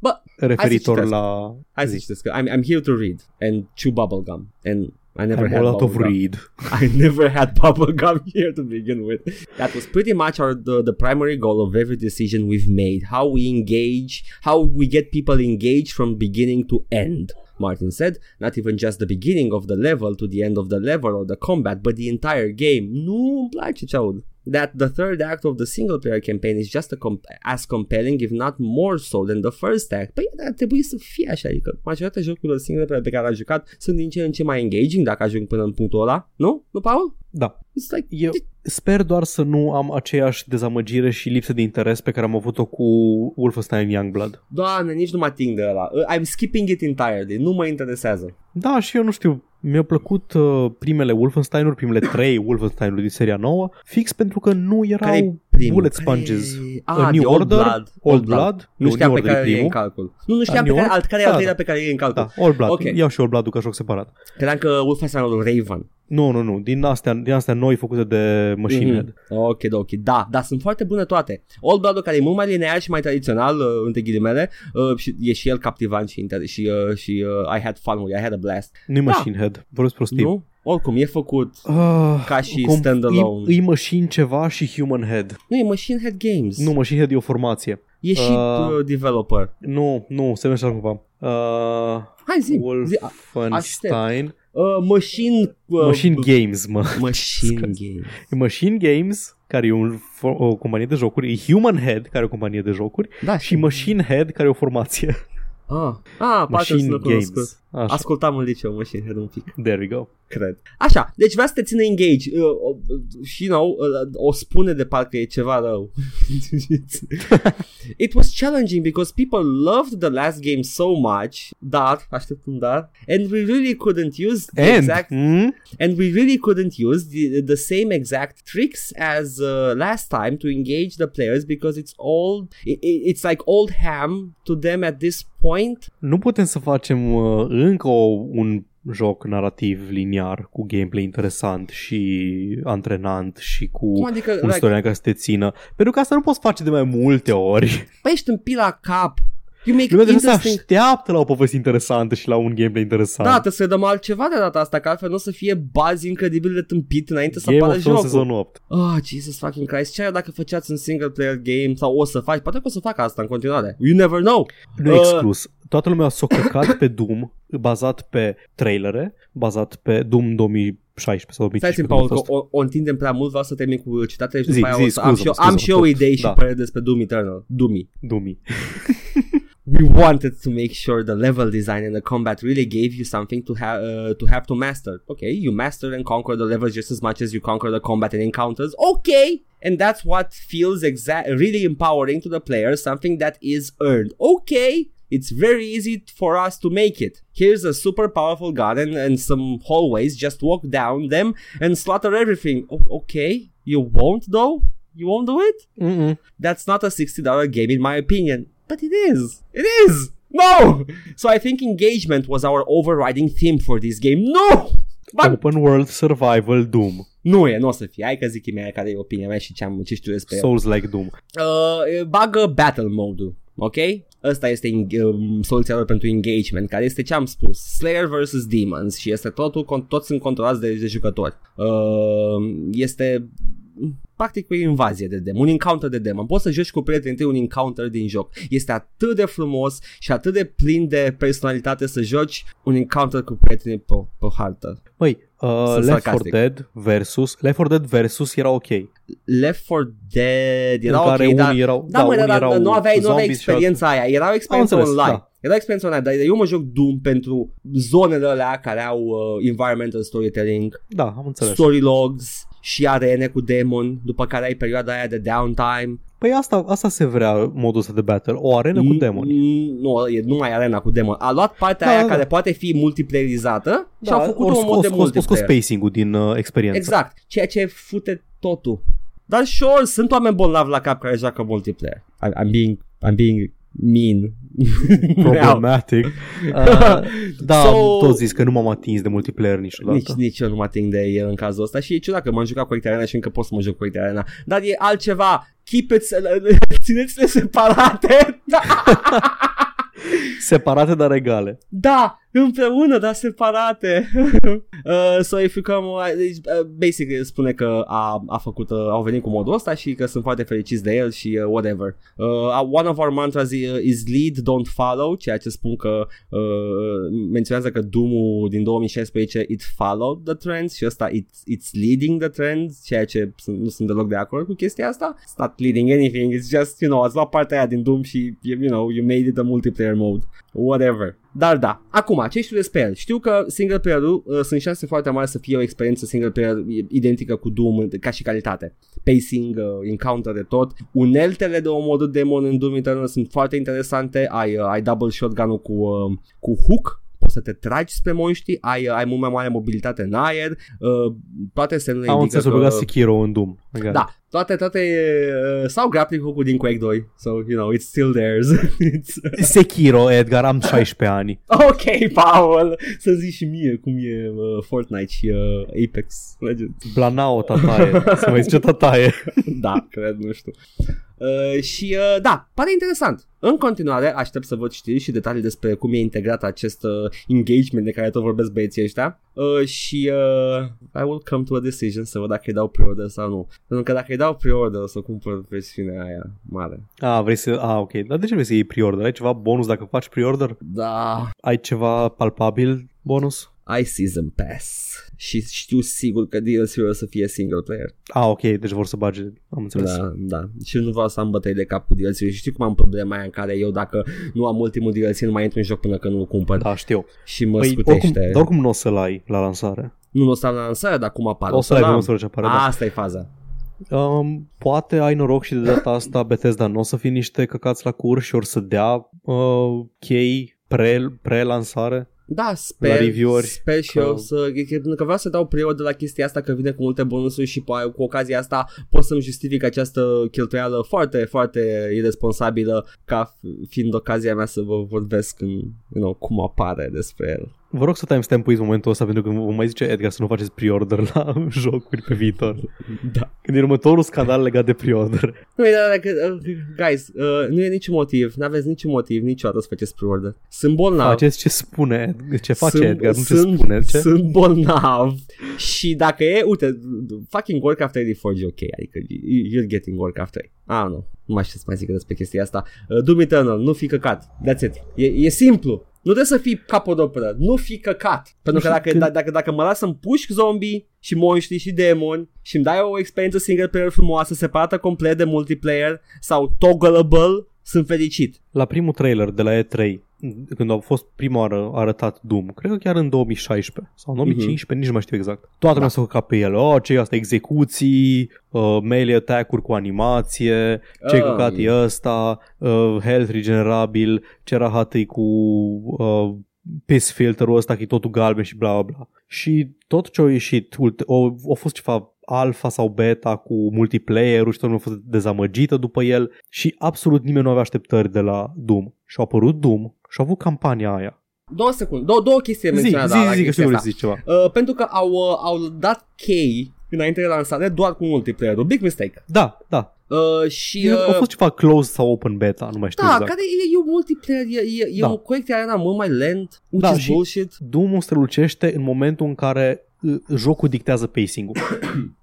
Bă,
referitor hai la...
Hai să citesc că I'm, I'm here to read and chew bubblegum and I never
I'm
had
a lot of
bubblegum.
read.
I never had bubblegum here to begin with. That was pretty much our the, the primary goal of every decision we've made. How we engage, how we get people engaged from beginning to end. Martin said, not even just the beginning of the level to the end of the level or the combat, but the entire game. Nu îmi place ce aud. That the third act of the single player campaign is just a comp- as compelling, if not more so, than the first act. Păi ar trebui să fie așa, adică majoritatea jocurilor single player pe care a jucat sunt din ce în ce mai engaging dacă ajung până în punctul ăla, nu? Nu, Paul?
Da.
It's like,
Eu sper doar să nu am aceeași dezamăgire și lipsă de interes pe care am avut-o cu Wolfenstein Youngblood.
doamne, nici nu mă ating de ăla. Uh, I'm skipping it entirely, nu mă interesează.
Da, și eu nu știu, mi-au plăcut uh, primele Wolfenstein-uri, primele trei Wolfenstein-uri din seria nouă, fix pentru că nu erau
Care-i
primul?
primul?
bullet sponges.
Care-i-
A, New
de
Order,
Old Blood.
Old Blood,
Nu, nu știam
New
pe
Order e
care e în
primul.
calcul. Nu, nu
Dar
știam pe
New
care,
Order-
alt, care e al
da,
treilea pe care e în calcul.
Da, All Blood.
Ok.
Okay. Iau și All Blood-ul ca joc separat.
Credeam că Wolfenstein lui Raven.
Nu, nu, nu. Din astea, din astea noi făcute de Machine Head.
Mhm. Ok, da, ok. Da, da, sunt foarte bune toate. Old Blood care e mult mai linear și mai tradițional, uh, între ghilimele, uh, și e și el captivant și, inter- și, uh, și uh, I had fun with it, I had a blast.
Nu-i
Da.
Machine Head. Vorbesc prostii.
Nu? Oricum, e făcut
Ah,
Ca și
cum-
standalone.
Îi, îi Machine ceva și Human Head.
Nu, e Machine Head Games.
Nu, Machine Head e o formație.
E și
Uh.
uh, developer.
Nu, nu, se merge așa cumva. Uh,
Hai zi, zi uh,
Wolfenstein.
Machine... Uh,
Machine Games, mă.
Machine Games.
E Machine Games, care e un, fo- o companie de jocuri, e Human Head, care e o companie de jocuri,
Da,
și Machine Head, care e o formație.
Ah, ah parcă
Machine
sună cunoscut.
Games. Așa,
Ascultam în liceu Machine Head un pic,
there we go.
cred. Așa, deci vrea să te țină engage. Uh, uh, și, you know, uh, o spune de parcă e ceva rău. It was challenging because people loved the last game so much, dar, aștept un dar, and we really couldn't use the
And,
exact
mm?
and we really couldn't use the, the same exact tricks as uh, last time to engage the players because it's old i i- it's like old ham to them at this point
nu putem să facem uh, încă o, un joc narrativ liniar cu gameplay interesant și antrenant și cu
cum adică
un
like,
storyline care să te țină, pentru că asta nu poți face de mai multe ori.
păi ești în pila cap you make
Lumea trebuie să
interesting
așteaptă la o poveste interesantă și la un gameplay interesant.
da, trebuie să dăm altceva de data asta, că altfel nu o să fie bazi incredibil de tâmpit înainte să
Game
apară
of Thrones
jocul.
sezonul 8.
Oh, Jesus fucking Christ, ce era dacă făceați un single player game sau o să faci? Poate că o să fac asta în continuare. You never know.
Nu
Uh.
uh. exclus. Toată lumea s-a căcat pe Doom, bazat pe trailere, bazat pe Doom 2016 sau
Stai
2015.
țin,
când a
Paul,
fost.
că o, o întindem prea mult, vreau să termin cu citatele și
Zi,
după aia
zi,
o să am
scuză-mă,
și eu, am
scuză-mă,
și eu
tot.
idei și
Da.
păreri despre Doom Eternal. Doomy.
Doom-ii.
We wanted to make sure the level design and the combat really gave you something to have uh, to have to master. Okay, you master and conquer the levels just as much as you conquer the combat and encounters. Okay, and that's what feels exact really empowering to the player, something that is earned. Okay. It's very easy for us to make it. Here's a super powerful gun and, and some hallways. Just walk down them and slaughter everything. O- okay, you won't though. You won't do it.
Mm-mm.
That's not a $60 game in my opinion. But it is. It is. No. So I think engagement was our overriding theme for this game. No. Bani.
Open World Survival Doom.
Nu e, nu o să fie. Hai că zic mea care e opinia mea și ce, am, ce știu despre so-
Souls like Doom.
uh, Bagă battle mode-ul, ok? Ăsta este în- um, soluția lor pentru engagement, care este ce am spus. Slayer vs. Demons și este totul, con- toți sunt controlați de, de jucători. Uh, este practic o invazie de demon, un encounter de demon. Poți să joci cu prietenii tăi un encounter din joc. Este atât de frumos și atât de plin de personalitate să joci un encounter cu prietenii pe, pe hartă.
Băi, uh,
Sunt
Left 4
sarcastic.
Dead versus Left 4 Dead versus era ok.
Left 4 Dead
în
era
care
ok,
unii
dar...
erau,
Da, mă,
unii
dar
erau
nu aveai, nu aveai
zombies și
experiența aia, era o experiență
Am înțeles,
online.
da.
Era o experiență online, dar eu mă joc Doom pentru zonele alea care au uh, environmental storytelling,
alții- Da, am înțeles.
story logs și arene cu demon, după care ai perioada aia de downtime.
Păi asta, asta se vrea modul ăsta de battle, o arenă cu
N-
demoni.
n- Nu, e numai arena cu demon. A luat partea
Da,
aia
da, da.
care poate fi multiplayerizată și
Da,
a făcut
ori
un mod de
scos- scos- scos
multiplayer.
spacing-ul din uh, experiență.
Exact, ceea ce fute totul. Dar sure, sunt oameni bolnavi la cap care joacă multiplayer. I- I'm being, I'm being mean. Real.
Problematic. Uh, da,
So-
am tot zis că nu m-am atins de multiplayer niciodată.
Nici, nici eu nu mă ating de el în cazul ăsta și e ciudat că m-am jucat cu Arena și încă pot să mă joc cu Arena. Dar e altceva. Keep it, țineți-le separate. Da,
Separate, dar egale.
da, împreună, dar separate. uh, so if you come, uh, deci, uh, basically spune că a, a făcut, uh, au venit cu modul ăsta și că sunt foarte fericiți de el și uh, whatever. Uh, uh, one of our mantras i- uh, is lead, don't follow, ceea ce spun că uh, menționează că Doom-ul din 2016 it followed the trends și ăsta it's, it's leading the trends, ceea ce sunt, nu sunt deloc de acord cu chestia asta. It's not leading anything, it's just, you know, ați luat partea aia din Doom și, you know, you made it a multiplayer mode. Whatever. Dar da, acum, ce știu despre el? Știu că single player-ul uh, sunt șanse foarte mari să fie o experiență single player identică cu Doom în- ca și calitate. Pacing, uh, encounter de tot. Uneltele de omorât demon în Doom Eternal sunt foarte interesante. Ai, uh, ai double shotgun-ul cu, uh, cu hook, poți să te tragi spre monștri, ai, uh, ai mult mai mare mobilitate în aer, uh, toate semnele
Am
indică
înțeles, că...
că...
băgat Sekiro în Doom. Egale.
Da, toate, toate, uh, sau grappling hook-ul din Quake 2, so, you know, it's still theirs. it's,
Sekiro, Edgar, am 16 ani.
Ok, Paul, să zici și mie cum e uh, Fortnite și uh, Apex Legends.
Blanao, tataie. Să mai zice tataie.
da, cred, nu știu. Uh, și uh, da, pare interesant. În continuare, aștept să văd știri și detalii despre cum e integrat acest uh, engagement de care tot vorbesc băieții ăștia. Uh, și uh, I will come to a decision să văd dacă îi dau pre-order sau nu. Pentru că dacă îi dau pre-order o să cumpăr versiunea aia mare.
A, vrei să... A, ok. Dar de ce vrei să iei pre-order? Ai ceva bonus dacă faci pre-order?
Da,
Ai ceva palpabil bonus?
ai Season Pass. Și știu sigur că DLC-ul o să fie single player.
A, ok, deci vor să bage. Am înțeles.
Da, da. Și nu vreau să am bătăi de cap cu DLC. Și știi cum am problema aia în care eu dacă nu am ultimul DLC nu mai intru în joc până când nu-l cumpăr da.
Da, știu.
și mă
Păi, oricum,
scutește.
dar oricum nu o să-l ai la lansare.
Nu, nu o să am la lansare, dar cum apare?
o să-l ai pe
am.
măsură ce apare. Da.
Asta e faza.
Um, poate ai noroc și de data asta Bethesda nu o să fie niște căcați la cur și or să dea uh, chei pre, pre-lansare.
Da, sper,
La review-uri,
sper și
că-
că... eu să, că- pentru că vreau să dau prior de la chestia asta că vine cu multe bonusuri și pe, cu ocazia asta pot să-mi justific această cheltuială foarte, foarte irresponsabilă ca f- fiind ocazia mea să vă vorbesc în, you know, cum apare despre el.
Vă rog să timestampuiți momentul ăsta pentru că vă mai zice Edgar să nu faceți pre-order la jocuri pe viitor.
Da.
Când e următorul scandal legat de pre-order.
Nu e dar că, uh, guys, uh, nu e niciun motiv, nu aveți niciun motiv niciodată să faceți pre-order. Sunt bolnav.
Faceți ce spune, Ed- ce face
Da. sunt,
Edgar, nu ce
sunt,
spune. Ce?
Sunt bolnav și dacă e, uite, fucking Warcraft 3 Reforged e ok, adică you're getting Warcraft 3. Ah, nu, nu mai știu să mai zic despre chestia asta. Uh, Doom Eternal, nu fi căcat, that's it, e, e simplu. Nu trebuie să fii capodoperă, nu fi căcat. Pentru că
știu
dacă,
când-
da, dacă, dacă mă las să-mi pușc zombie și monștri și demoni și îmi dai o experiență single player frumoasă, separată complet de multiplayer sau toggleable, sunt fericit.
La primul trailer de la E3, când au fost prima oară arătat Doom, cred că chiar în 2016 sau în
Mhm.
2015, nici nu mai știu exact.
Da.
Toată lumea s-a făcut pe el. Oh, ce e asta? Execuții, uh, melee attack-uri cu animație, ce
Ah.
căcat e ăsta, uh, health regenerabil, ce rahat e cu uh, piss filterul ăsta că e totul galben și bla bla bla. Și tot ce au ieșit, ulte- au, au fost ceva alfa sau beta cu multiplayer-ul și toată lumea a fost dezamăgită după el și absolut nimeni nu avea așteptări de la Doom. Și a apărut Doom și a avut campania aia.
Două secunde, două, două chestii
Zi, zi,
menționate da, la, la
zi, că
chestia
sigur
asta.
zici ceva.
Uh, pentru că au, uh, au dat chei înainte de lansare doar cu multiplayer-ul. Big mistake.
Da, da.
Uh, și...
Uh,
Uh,
a fost ceva closed sau open beta, nu mai știu
da,
exact.
care e, e un multiplayer, e, e, e
Da.
o corecție arena mult mai lent, which
Da,
is
și-
bullshit.
Doom-ul strălucește în momentul în care uh, jocul dictează pacing-ul.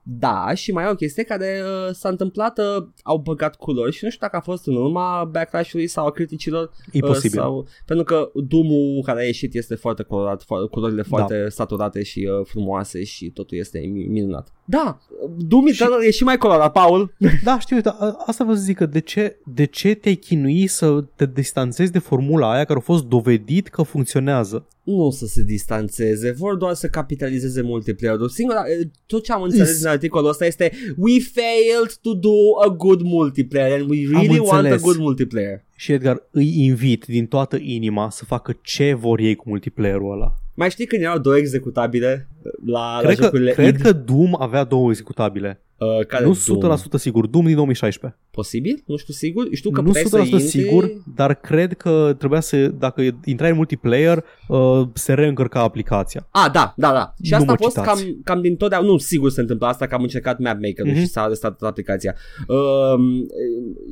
Da, și mai e o chestie care uh, s-a întâmplat, uh, au băgat culori și nu știu dacă a fost în urma backlash-ului sau a criticilor.
E
uh,
posibil.
Sau, pentru că doom care a ieșit este foarte colorat, fo- culorile
Da.
foarte saturate și uh, frumoase și totul este mi- minunat. Da, Doom
Și-
Eternal e și mai colorat, Paul.
Da, știu, dar a- asta vă zic că de ce, de ce te-ai chinui să te distanțezi de formula aia care a fost dovedit că funcționează?
nu o să se distanțeze, vor doar să capitalizeze multiplayer-ul. Singura, tot ce am înțeles
Is-
din articolul ăsta este We failed to do a good multiplayer and we really want a
înțeles.
good multiplayer.
Și Edgar, îi invit din toată inima să facă ce vor ei cu multiplayer-ul ăla.
Mai știi când erau două executabile uh, la,
Cred
la
că,
jocurile
cred
id?
că Doom avea două executabile.
Uh, care
nu
Doom?
100% sigur, Doom din 2016.
Posibil? Nu știu sigur. Știu că
Nu 100%
puteai să intri...
sigur, dar cred că trebuia să, dacă intrai în multiplayer, uh, se reîncărca aplicația.
A, da, da, da. Și
Nu
asta a
mă
fost
citați.
cam, cam din totdeauna. Nu, sigur se întâmplă asta, că am încercat mapmaker-ul
Mhm.
și s-a arestat aplicația. Uh,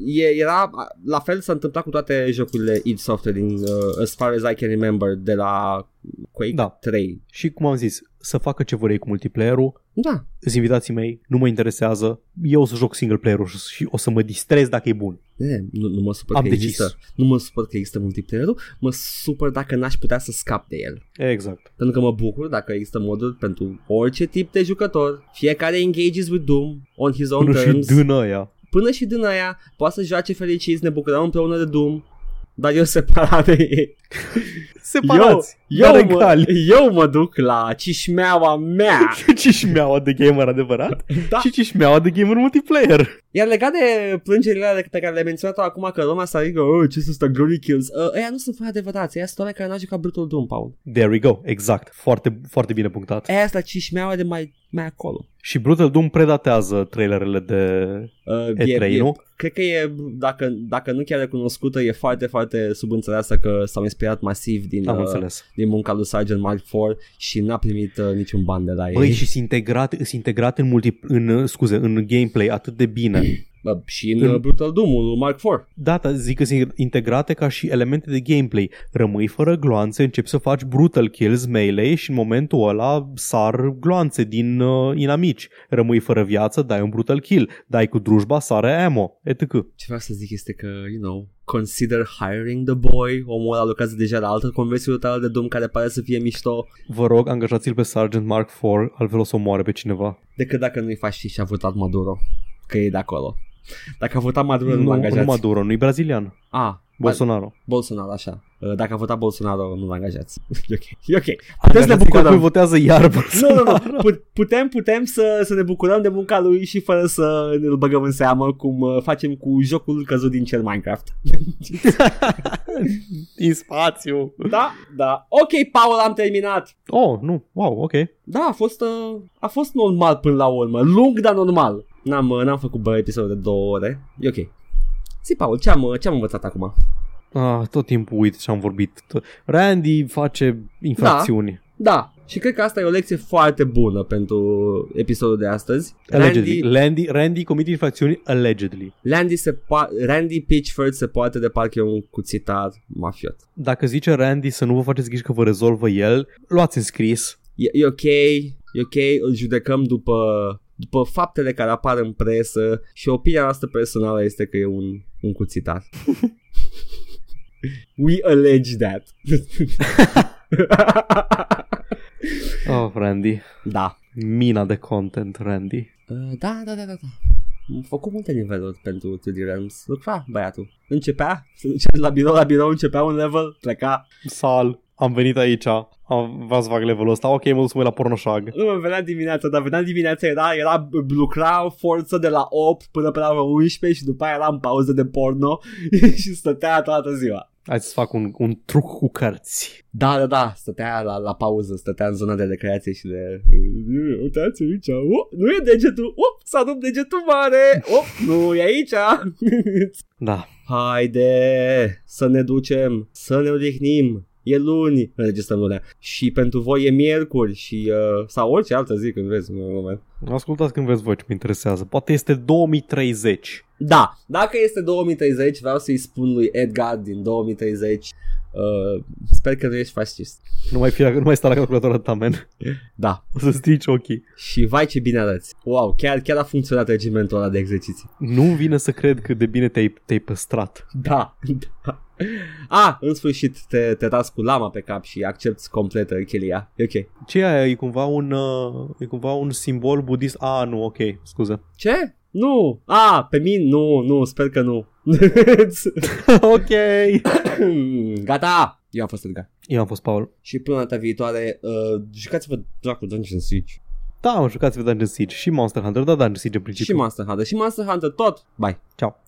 e, era, la fel s-a întâmplat cu toate jocurile id Software din uh, As Far As I Can Remember de la Quake
Da.
3.
Și cum am zis, să facă ce vor ei cu multiplayer-ul,
Da,
sunt invitații mei, nu mă interesează, eu o să joc single player-ul și- și o să mă distrez dacă e bun.
E, nu, nu mă supăr
Am
că
decis.
există. Nu mă supăr că există multiplayer-ul, mă supăr dacă n-aș putea să scap de el.
Exact.
Pentru că mă bucur dacă există modul pentru orice tip de jucător. Fiecare engages with Doom on his own
Până și
terms.
din aia.
până și din aia poate să joace fericiți, ne bucurăm împreună de Doom, dar eu separat de ei.
Separați!
Eu,
Dar
mă,
egali.
eu mă duc la cișmeaua mea.
Cișmeaua de gamer adevărat
Da.
și cișmeaua de gamer multiplayer.
Iar legat de plângerile alea pe care le-ai menționat acum că lumea s-a ridicat, "Oh, ce sunt ăsta, glory kills, uh, ăia nu sunt fără adevărați, ăia sunt oameni care n-au jucat Brutal Doom, Paul.
There we go, exact. Foarte, foarte bine punctat.
Aia sunt la cișmeaua de mai, mai acolo.
Și Brutal Doom predatează trailerele de
Uh,
E3,
e,
nu?
cred că e, dacă, dacă nu chiar recunoscută, e foarte, foarte subînțeleasă că s-au inspirat masiv din,
Am
uh,
înțeles.
din munca lui Sergeant Mark IV și n-a primit uh, niciun ban de la
Băi,
ei.
și sunt integrat, sunt integrat în, multi, în, uh, scuze, în gameplay atât de bine.
Bă, și în
În-
uh, Brutal Doom lui Mark IV.
Da, dar zic că sunt integrate ca și elemente de gameplay. Rămâi fără gloanțe, începi să faci brutal kills, melee și în momentul ăla sar gloanțe din uh, inamici. Rămâi fără viață, dai un brutal kill, dai cu drujba, sare ammo, etc.
Ce vreau să zic este că, you know, consider hiring the boy. Omul ăla lucrează deja la altă conversie brutală de Doom care pare să fie mișto.
Vă rog, angajați-l pe Sergeant Mark IV, altfel o să omoare pe cineva.
Decât dacă nu-i faci și și-a votat Maduro. Că e de acolo. Dacă a votat Maduro, nu, mă
nu
angajați.
Maduro, nu-i brazilian.
A, Bolsonaro.
Bolsonaro.
Bolsonaro, așa. Uh, Dacă a votat Bolsonaro, nu-l angajați. e ok. E ok. Puteți să ne
Angajați-i că acum
bucurăm.
votează iar
Nu,
Bolsonaro.
nu, nu. Put- Putem, putem să, să ne bucurăm de munca lui și fără să ne-l băgăm în seamă cum uh, facem cu jocul căzut din cel Minecraft.
În spațiu.
Da, da. Ok, Paul, am terminat.
Oh, nu. Wow, ok.
Da, a fost, uh, a fost normal până la urmă. Lung, dar normal. N-am, uh, n-am făcut bă, episodul de două ore. E ok. Zi, Paul, ce-am, uh, ce-am învățat acum?
Ah, tot timpul uit ce am vorbit. Tot- Randy face infracțiuni.
Da, și cred că asta e o lecție foarte bună pentru episodul de astăzi.
Allegedly.
Randy,
Randy, Randy, comite infracțiuni allegedly.
Randy, se po- Randy Pitchford se poate de parcă e un cuțitar mafiot.
Dacă zice Randy să nu vă faceți griji că vă rezolvă el, luați în scris.
e, e ok, e ok, îl judecăm după, după faptele care apar în presă și opinia noastră personală este că e un, un cuțitar. We allege that.
Oh, Randy.
da.
Mina de content, Randy.
Uh, Da, da, da, da, da. Am făcut multe niveluri pentru 3D Realms. Lucra băiatul. Începea, se ducea de la birou la birou, începea un level, pleca.
Sal, am venit aici. Am, v-ați fac levelul ăsta. Ok, mă duc să mă uit la pornoșag.
Nu mă venea dimineața, dar venea dimineața, era, era, lucra forță de la 8 până pe la vreo 11 și după aia era în pauză de porno și stătea toată ziua.
Hai să fac un, un truc cu cărți.
Da, da, da, stătea la, la pauză, stătea în zona de recreație și de... Uitați aici, oh, nu e degetul, oh, s-a rupt degetul mare, oh, nu e aici.
Da.
Haide să ne ducem, să ne odihnim, e luni, înregistrăm lunea. Și pentru voi e miercuri și uh, sau orice altă zi când vreți în moment.
Ascultați când vreți voi ce mă interesează. Poate este 2030.
Da, dacă este 2030, vreau să-i spun lui Edgar din 2030 Uh, sper că nu ești fascist.
Nu mai, fi, nu mai sta la calculatorul ta, man.
Da.
O să strici ochii.
Și vai ce bine arăți. Wow, chiar, chiar a funcționat regimentul ăla de exerciții.
Nu vine să cred cât de bine te-ai, te-ai păstrat.
Da, da. A, în sfârșit te, te tas cu lama pe cap și accepti complet chelia. E ok.
Ce e aia? E cumva un, uh, e cumva un simbol budist? A, ah, nu, ok, scuze.
Ce? Nu! A, pe mine? Nu, nu, sper că nu.
ok.
Gata! Eu am fost Edgar.
Eu am fost Paul.
Și până data viitoare, uh, jucați-vă Dracu Dungeon Siege.
Da, am jucat Dungeon Siege și Monster Hunter, da, Dungeon Siege în
Și
principiu.
Monster Hunter. Și Monster Hunter tot. Bye.
Ciao.